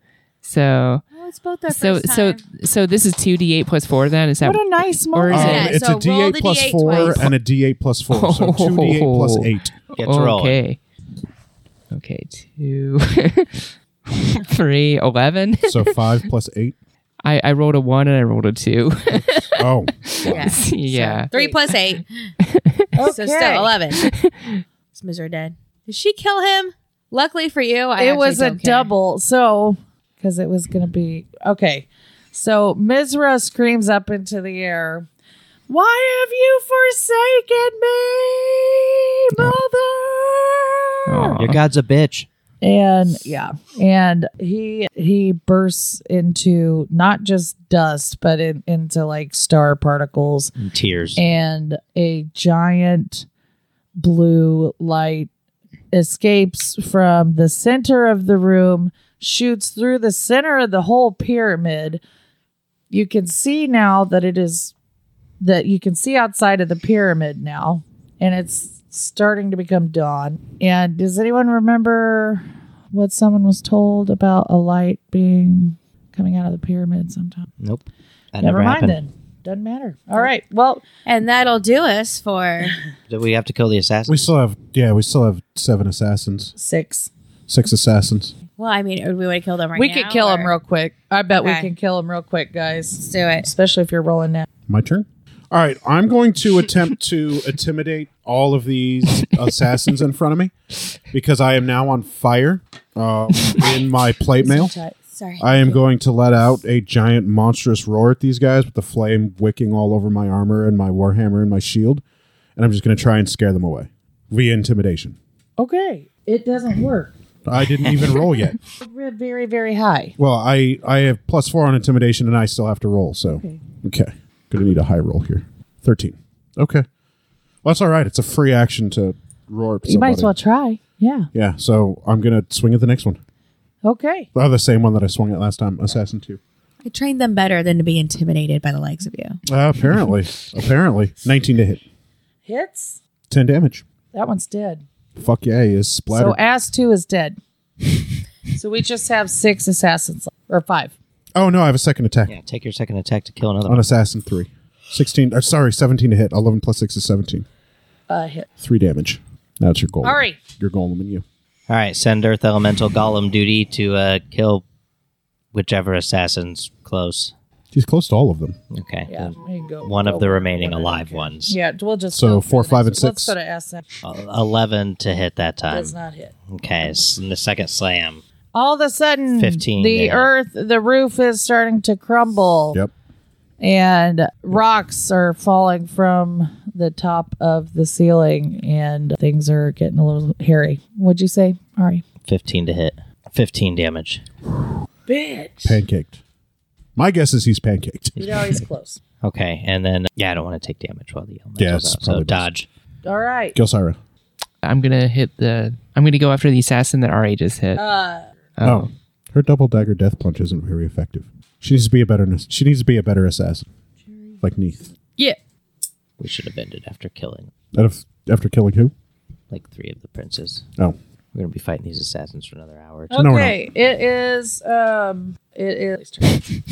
So
Oh, it's both their
so
first
so
time.
so this is 2d8 plus 4 then is that
What a nice
Or
moment.
is
Um,
Yeah,
it's
so
a
roll
D8
the
plus
D8
four
twice.
and a D8 plus four, so two D8 plus
Oh.
eight.
Get to rolling.
okay. Okay, 2 three, eleven.
So five plus eight.
I, I rolled a 1 and I rolled a 2.
Oh,
Yeah.
yeah.
Three plus eight. So still
Okay.
11. Is Mizra dead? Did she kill him? Luckily for you, I
it
actually
was a
don't care.
double. So, because it was going to be okay. So Mizra screams up into the air, "Why have you forsaken me, mother?"
Aw.
Your god's a bitch.
And yeah, and he he bursts into not just dust, but in, into like star particles
And tears.
and a giant blue light escapes from the center of the room, shoots through the center of the whole pyramid. You can see now that it is that you can see outside of the pyramid now, and it's starting to become dawn. And does anyone remember what someone was told about a light being coming out of the pyramid sometime?
nope. That
Never,
never,
mind
happened.
then. Doesn't matter. All right. Well,
And that'll do us for
Did we have to kill the assassin?
we still have yeah, we still have seven assassins,
six.
six assassins.
well, I mean, we would have killed him right
we
now.
could kill him
or-
real quick. I bet we
Okay.
can kill him real quick, guys.
Let's do it.
Especially if you're rolling now.
My turn. All right, I'm going to attempt to intimidate all of these assassins in front of me because I am now on fire um, in my plate mail.
Sorry.
I am going to let out a giant monstrous roar at these guys with the flame wicking all over my armor and my warhammer and my shield, and I'm just going to try and scare them away via intimidation.
Okay. It doesn't work.
I didn't even roll yet.
We're very, very high.
Well, I I have plus four on intimidation, and I still have to roll. So okay, gonna need a high roll here. Thirteen. Okay, well that's all right. It's a free action to roar. At
You might as well
somebody.
try. Yeah.
Yeah. So I'm gonna swing at the next one.
Okay.
Oh, the same one that I swung at last time, Assassin Two.
I trained them better than to be intimidated by the likes of you.
Uh, apparently, apparently, nineteen to hit,
Hits.
ten damage.
That one's dead.
Fuck yeah, he is splattered.
So ass two is dead. so we just have six assassins left, or five.
Oh no, I have a second attack
Yeah, take your second attack to kill another
on
one.
Assassin three. Sixteen. Uh, sorry, seventeen to hit. Eleven plus six is seventeen.
Uh, hit.
Three damage. That's your goal.
Hurry.
Your golem and you.
All right, send Earth Elemental Golem duty to uh, kill whichever assassin's close.
He's close to all of them.
Okay.
Yeah, we can go-
One of
go-
the remaining alive ones.
Yeah, we'll just
So
go
four,
for the
five,
next
and
one.
six.
Let's go to SM.
Uh, 11 to hit that time.
Does not hit.
Okay, s- and the second slam.
All of a sudden,
15
the
there.
earth, the roof is starting to crumble.
Yep.
and rocks are falling from the top of the ceiling and things are getting a little hairy. What'd you say, Ari?
15 to hit. 15 damage.
Bitch.
Pancaked. My guess is he's pancaked.
You know he's close.
Okay, and then, yeah, I don't want to take damage while the elemental's
Yeah, it's
out, so
probably best.
dodge.
All right.
Gilsira.
I'm gonna hit the. I'm gonna go after the assassin that Ra just hit.
Oh. Her double dagger death punch isn't very effective. She needs to be a better she needs to be a better assassin. Like Neith.
Yeah.
We should have ended after killing,
Out of after killing who?
like, three of the princes.
Oh.
We're going to be fighting these assassins for another hour. or two.
Okay.
No, we're not.
It is um it is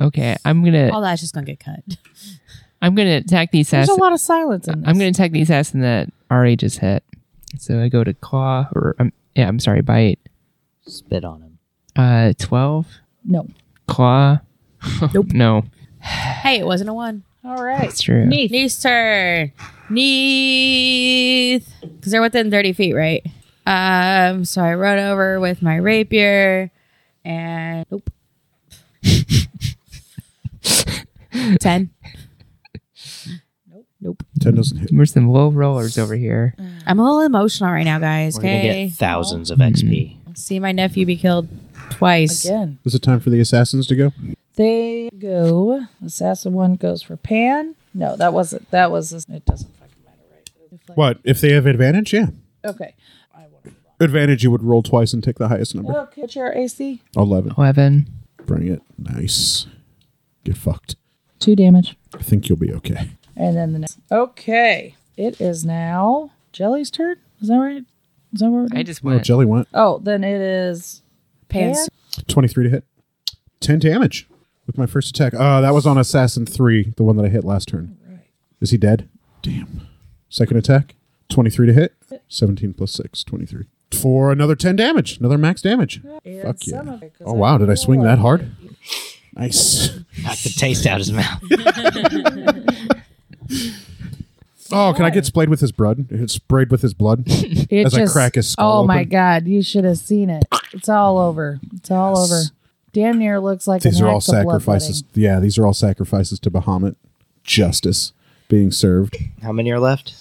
okay, I'm gonna.
All that's just going to get cut.
I'm gonna attack the
There's a
assassin.
lot of silence in this.
I'm gonna attack the assassin that Ra just hit. So I go to claw or um, yeah, I'm sorry, bite.
Spit on him.
Uh, twelve
No.
claw. Nope. no,
Hey, it wasn't a one.
All right.
it's true.
Neath.
Neath's turn. Neath. Because they're within 30 feet, right? Um, so I run over with my rapier and. Oop. 10. Nope. Nope.
Ten doesn't hit.
There's some low rollers over here.
I'm a little emotional right now, guys.
We're going to
Okay.
get thousands of XP.
See my nephew be killed twice.
Again.
Is it time for the assassins to go?
They go assassin one goes for Pan. No, that wasn't that was it doesn't fucking matter, right?
What? If they have advantage, yeah.
Okay.
Advantage you would roll twice and take the highest number.
Okay, what's your AC?
Eleven.
Eleven.
Bring it. Nice. Get fucked.
Two damage.
I think you'll be okay.
And then the next. Okay. It is now Jelly's turn. Is that right? Is that where?
I just
Well,
went.
Jelly went.
oh, then it is
Pants.
Twenty-three to hit. Ten damage with my first attack. Uh that was on assassin three, the one that I hit last turn. Is he dead? Damn. Second attack. Twenty-three to hit. Seventeen plus six. Twenty-three. For another ten damage. Another max damage.
And
Fuck
some
yeah.
of it, 'cause
Oh wow, did I
feel
swing
like-
that hard? Nice.
Knock the taste out of his mouth.
Oh, can I get splayed with his blood? Sprayed with his blood.
It
As I crack his skull
Oh my
open.
god, you should have seen it. It's all over. It's all
Yes.
over. Damn near looks like
these
an
are all
act of bloodletting.
sacrifices. Yeah, these are all sacrifices to Bahamut. Justice being served.
How many are left?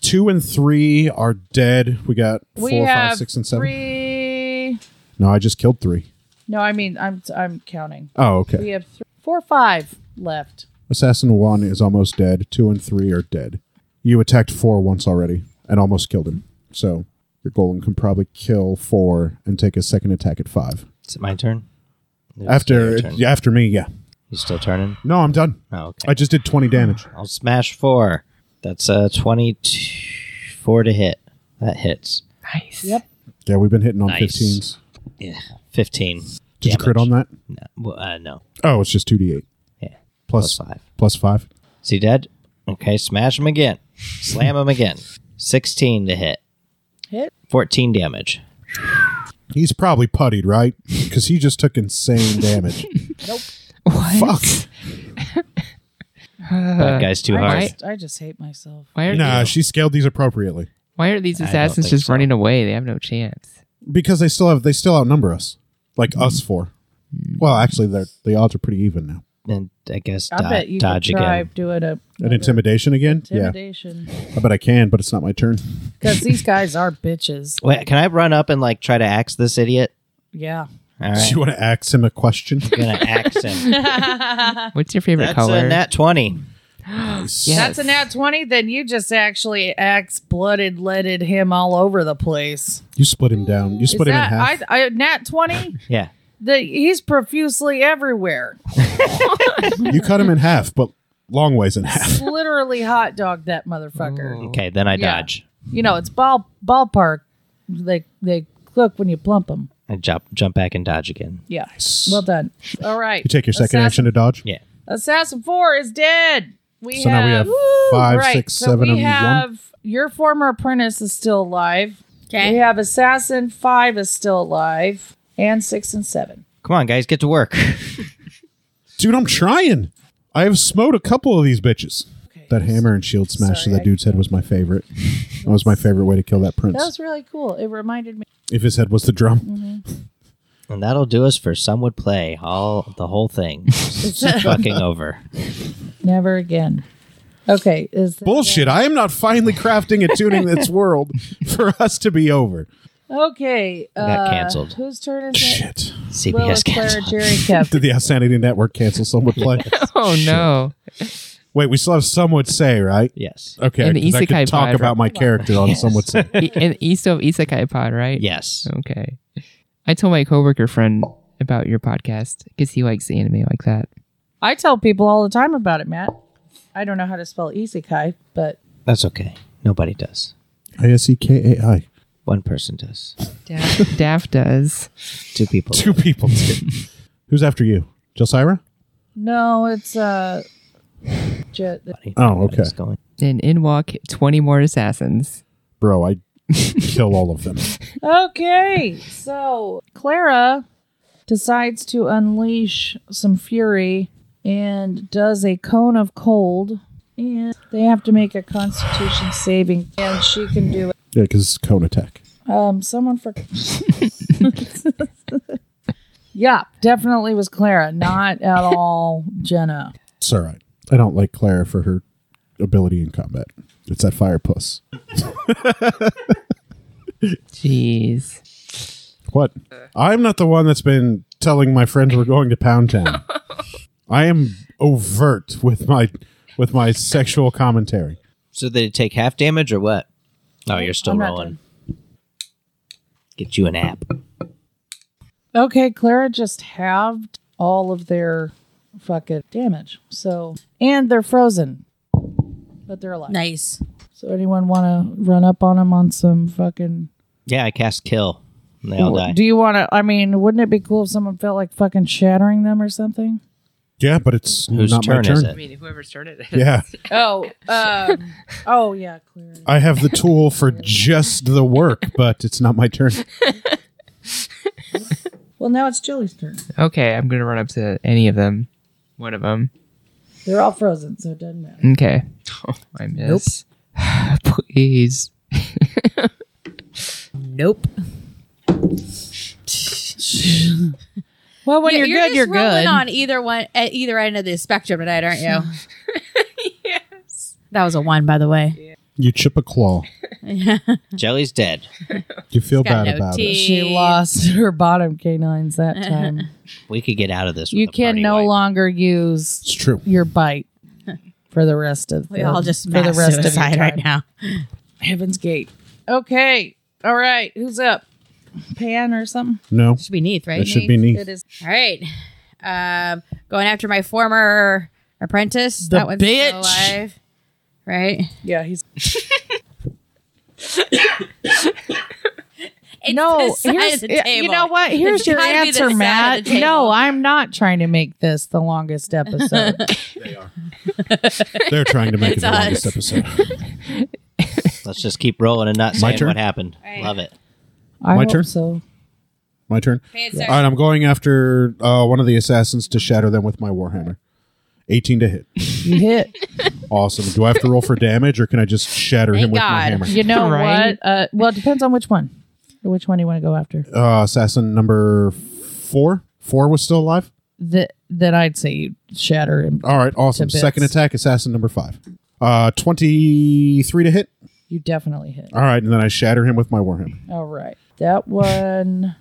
Two and three are dead. We got four,
we have
five, six, and seven.
Three.
No, I just killed three.
No, I mean I'm I'm counting.
Oh,
We
okay.
have three, four, five left.
Assassin one is almost dead. Two and three are dead. You attacked four once already and almost killed him. So your golem can probably kill four and take a second attack at five.
Is it my turn? It's
After
your turn.
yeah, after me, yeah.
You still turning?
No, I'm done.
Oh, okay.
I just did twenty damage.
I'll smash four. That's uh, 24 to hit. That hits.
Nice.
Yep.
Yeah, we've been hitting on
Nice.
fifteens.
Yeah, 15.
Did you crit on that?
No. Well, uh, no.
Oh, it's just two d eight
Yeah.
plus
Plus five.
plus five.
Is he dead? Okay, smash him again. Slam him again. 16 to hit.
Hit.
14 damage.
He's probably puttied, right? Because he just took insane damage.
What?
Fuck.
that guy's too
Uh, I
hard.
just, I just hate myself.
Why are
Nah, she scaled these appropriately
Why are these
I don't
assassins
think
just
so.
running away? They have no chance.
because they still have they still outnumber us, like us
Mm.
four. Well, actually, they're, the odds are pretty even now.
And I guess
I
do-
bet you
dodge
could try
again.
doing a
An intimidation again?
intimidation
Yeah, I bet I can, but it's not my turn.
because these guys are bitches.
Wait, can I run up and like try to axe this idiot?
Yeah,
All
Do
right.
you want to ask him a question?
I'm going to axe him.
What's your favorite
That's
color?
a nat 20.
that's a nat twenty. Then you just actually axe blooded leaded him all over the place.
You split him down. You split
Is
him
that
in half.
I, I nat twenty?
Yeah.
the, he's profusely everywhere.
you cut him in half, but long ways in half.
Literally hot dog that
Oh.
motherfucker.
Okay, then I
Yeah.
dodge.
You know it's ball ballpark. They they cook when you plump them.
I jump jump back and dodge again.
Yeah. Well done. All right.
You take your second action to dodge.
Yeah.
Assassin Four is dead. We
So
have,
now we have
Woo!
five,
right.
six,
so
seven,
we
and one.
have your former apprentice is still alive. We
Okay.
have Assassin Five is still alive, and six and seven.
Come on, guys, get to work.
Dude, I'm trying. I have smote a couple of these bitches. That hammer and shield smash
Sorry,
to that
I-
dude's head was my favorite. That was my favorite way to kill that prince.
That was really cool. It reminded me.
if his head was the drum.
and that'll do us for some would play all the whole thing. It's fucking over.
Never again. Okay. Is that
Bullshit. I am not finally crafting and tuning this world for us to be over.
Okay. Uh,
got canceled.
Whose turn is it?
Shit.
CBS
Willis, Claire,
canceled.
Jerry, Kev.
Did the Insanity Network cancel Some Would Play?
Oh no.
Wait, we still have Some Would Say, right?
Yes.
Okay.
And the
'cause I
Isekai
could talk
Five,
about my character on Some Would Say.
E- and east of Isekai Pod, right?
Yes.
Okay. I told my coworker friend about your podcast because he likes the anime like that.
I tell people all the time about it, Matt. I don't know how to spell isekai, but
That's okay. Nobody does.
I S E K A I.
One person does.
Daph, Daph does.
Two people.
Two people did. Who's after you? Jelsira?
no, it's uh, ju-
Oh, okay.
It's going.
And in walk 20 more assassins.
Bro, I kill all of them.
Okay, so Clara decides to unleash some fury and does a cone of cold, and they have to make a Constitution saving, and she can do it.
Yeah, because it's cone attack.
Um, someone for. yeah, definitely was Clara, not at all Jenna.
It's all right. I don't like Clara for her ability in combat. It's that fire puss.
Jeez.
What?
Uh.
I'm not the one that's been telling my friends we're going to Pound Town. I am overt with my with my sexual commentary.
So they take half damage or what? Oh, you're still
I'm not
rolling.
done.
Get you an app.
Okay, Clara just halved all of their fucking damage. So, and they're frozen, but they're alive.
Nice.
So, anyone want to run up on them on some fucking?
Yeah, I cast kill. And they all die.
Do you want to? I mean, wouldn't it be cool if someone felt like fucking shattering them or something?
Yeah, but it's
Whose
not my
turn
turn.
is it?
mean, whoever's turn it is.
Yeah,
Oh, um, oh yeah, Clara.
I have the tool for just the work, but it's not my turn.
Well, now it's Julie's turn.
Okay, I'm going to run up to any of them. One of them.
They're all frozen, so it doesn't matter.
Okay.
Oh
I miss. Please.
Nope.
Well, when
Yeah,
you're, good,
just
you're
rolling
good.
on either one at either end of the spectrum tonight, aren't you? yes. That was a one, by the way.
You chip a claw.
Jelly's dead.
You feel bad
Got no
about it.
teeth.
She lost her bottom canines that time.
We could get out of this.
you
with a
can
party
no
wipe.
longer use
It's true.
your bite for the rest of
We
the,
all just
for the rest of
suicide
your
right
time.
now.
Heaven's Gate. Okay. All right. Who's up? Pan or something?
No,
Should be neat, right?
it should be neat.
It is
All right. Um, going after my former apprentice.
The
that one's still
bitch.
alive. Right?
Yeah, he's no.
the side
Here's,
of the
yeah, you
table.
know what? Here's
It's
your
gotta be the
answer,
side of
Matt.
the table.
No, I'm not trying to make this the longest episode.
They're trying to make it
It's
the
us.
longest episode.
Let's just keep rolling and not
My
saying
turn?
what happened.
Right.
Love it.
I
My
hope
turn?
So
My turn.
Okay, it's
All
our-
right, I'm going after uh, one of the assassins to shatter them with my warhammer. 18 to hit.
you hit.
Awesome. Do I have to roll for damage, or can I just shatter him
Thank
with
God.
my hammer?
You know
Right?
what? Uh, well, it depends on which one. Which one you want to go after?
Uh, assassin number four. Four was still alive.
Th- then I'd say you shatter him.
All right, awesome.
To bits.
Second attack, assassin number five. Uh, 23 to hit.
You definitely hit.
All right, and then I shatter him with my warhammer.
All right, that one.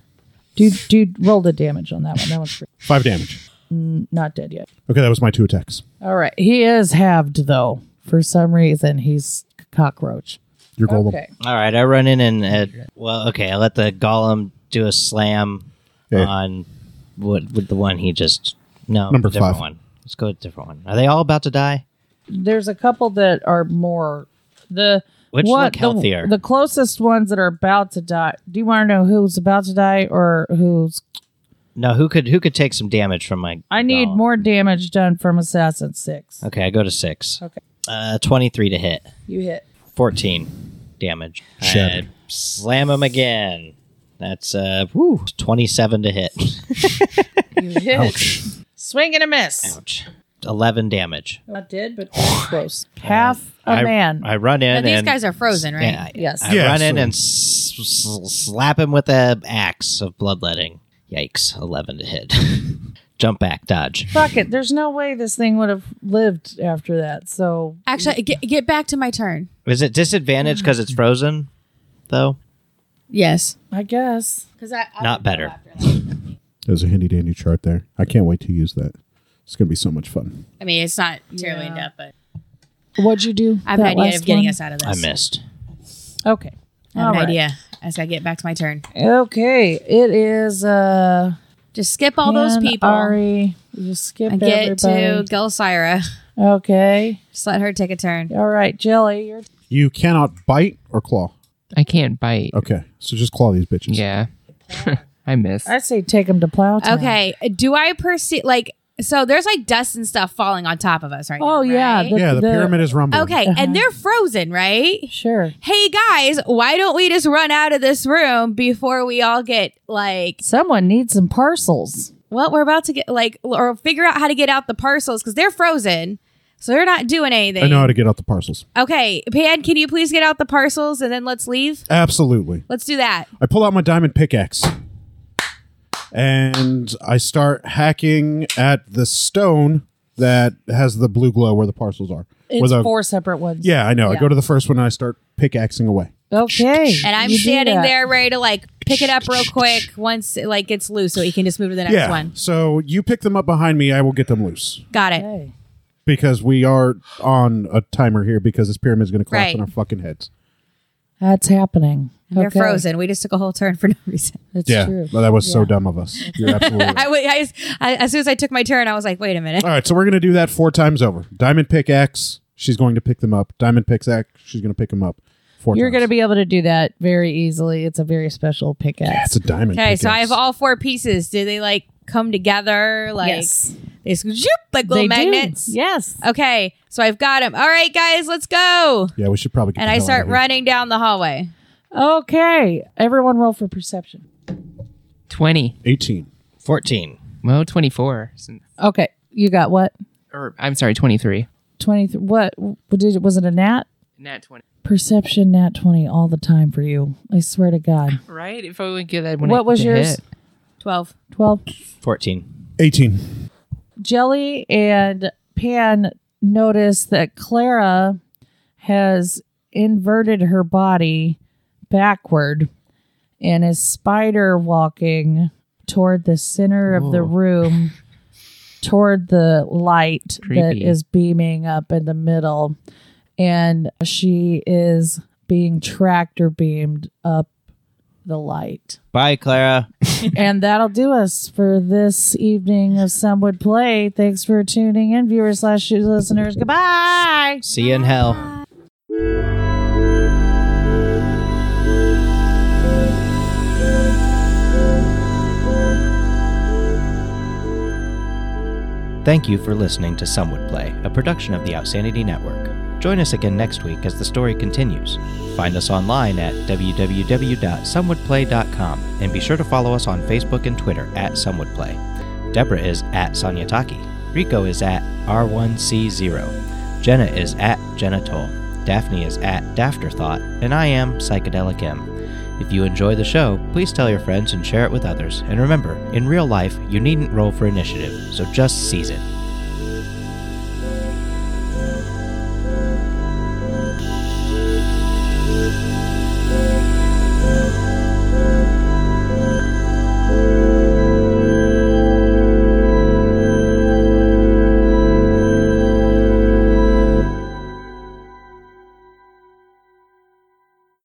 Dude, dude, roll the damage on that one. That one's free.
Five damage.
not dead yet.
Okay, that was my two attacks.
All right. He is halved though. For some reason, he's cockroach.
Your golem.
Okay.
All right, I run in and uh, well, okay, I let the golem do a slam
Yeah.
on what with the one he just no
Number
different
five.
one. Let's go with a different one. Are they all about to die?
There's a couple that are more the
Which look
the-
healthier?
The, closest ones that are about to die. Do you want to know who's about to die or who's?
no, who could who could take some damage from my?
I need
golem?
more damage done from Assassin Six.
Okay, I go to six.
Okay.
Uh, twenty-three to hit.
You hit.
Fourteen damage.
Shattered.
I slam him again. That's uh, woo, twenty-seven to hit.
You hit.
Ouch.
Swing and a miss.
Ouch. Eleven damage.
Not dead, but close. Half a
I-
man.
I run in.
Oh, Now, these
and-
guys are frozen, right?
Yeah, I-
yes.
I
Yeah,
run in
so-
and s- s- slap him with a axe of bloodletting. Yikes! Eleven to hit. Jump back, dodge.
Fuck it. There's no way this thing would have lived after that. So
Actually, get, get back to my turn.
Is it disadvantage because it's frozen? Though
Yes.
I guess
Because I, I
not better.
There's a handy dandy chart there. I can't wait to use that. It's going to be so much fun.
I mean, it's not terribly in depth, but
what'd you do?
I have an
that
idea
last
of getting
one?
us out of this.
I missed.
Okay.
I have an
All right.
idea. I just got to get back to my turn.
Okay. It is uh
Just skip all those
Pan,
people
Ari. You just skip
and get
everybody.
to Gelsira.
Okay.
Just let her take a turn.
All right, Jelly. You're
You cannot bite or claw.
I can't bite.
Okay, so just claw these bitches.
Yeah. I miss.
I say take him to plow. Town.
Okay. Do I perceive, like, so there's like dust and stuff falling on top of us right now.
Oh, yeah, Uh-huh.
right?
the-
Yeah, the, pyramid is rumbling.
okay. And they're frozen, right?
Sure.
Hey guys, why don't we just run out of this room before we all get like,
Someone needs some parcels.
well, we're about to get like, or figure out how to get out the parcels because they're frozen. So they're not doing anything.
I know how to get out the parcels.
Okay, Pan, can you please get out the parcels and then let's leave?
Absolutely.
Let's do that.
I pull out my diamond pickaxe and I start hacking at the stone that has the blue glow where the parcels are. Where
It's
the-
four separate ones.
yeah, I know. I
Yeah.
go to the first one and I start pickaxing away.
Okay.
And I'm
you do
standing
that.
there ready to like pick it up real quick once it like gets loose so he can just move to the next
yeah.
one.
So you pick them up behind me, I will get them loose.
Got it.
Okay.
Because we are on a timer here because this pyramid is going to collapse
Right.
on our fucking heads.
That's happening.
They're
Okay.
frozen. We just took a whole turn for no reason.
It's
yeah.
true.
Well, that was so dumb of us. You're absolutely right.
I, wa- I, just- I- as soon as I took my turn, I was like, wait a minute.
All right, so we're going to do that four times over. Diamond pickaxe, she's going to pick them up. Diamond pickaxe, she's going to pick them up. Four
You're
times.
going to be able to do that very easily. It's a very special pickaxe.
That's a diamond.
Okay, so I
pickaxe.
have all four pieces. Do they like come together? Like they scoop, like little
They do.
magnets.
Yes.
Okay, so I've got them. All right, guys, let's go.
Yeah, we should probably. Get
And
the
I
hell
start
out of
running down the hallway.
Okay. Everyone roll for perception.
20.
here. Eighteen.
Fourteen.
Well, 24. Since-
Okay. You got what?
Or I'm sorry, 23.
23. What? what did it? Was it a nat?
Not 20.
Perception nat 20 all the time for you. I swear to God.
Right? If I would get that when
What
it-
was
to
yours?
hit.
12.
12.
Fourteen.
Eighteen.
Jelly and Pan notice that Clara has inverted her body backward and is spider walking toward the center of the
Whoa.
room, toward the light that
Creepy.
is beaming up in the middle. And she is being tractor beamed up the light.
Bye, Clara.
And that'll do us for this evening of Some Would Play. Thanks for tuning in, viewers slash listeners. Goodbye.
See you in hell. Thank you for listening to Some Would Play, a production of the Outsanity Network. Join us again next week as the story continues. Find us online at www.somewouldplay.com and be sure to follow us on Facebook and Twitter at Some Would Play. Deborah is at Sanyataki. Rico is at R1C0. Jenna is at Genitol. Daphne is at Dafterthought. And I am Psychedelic M. If you enjoy the show, please tell your friends and share it with others. And remember, in real life, you needn't roll for initiative, so just seize it.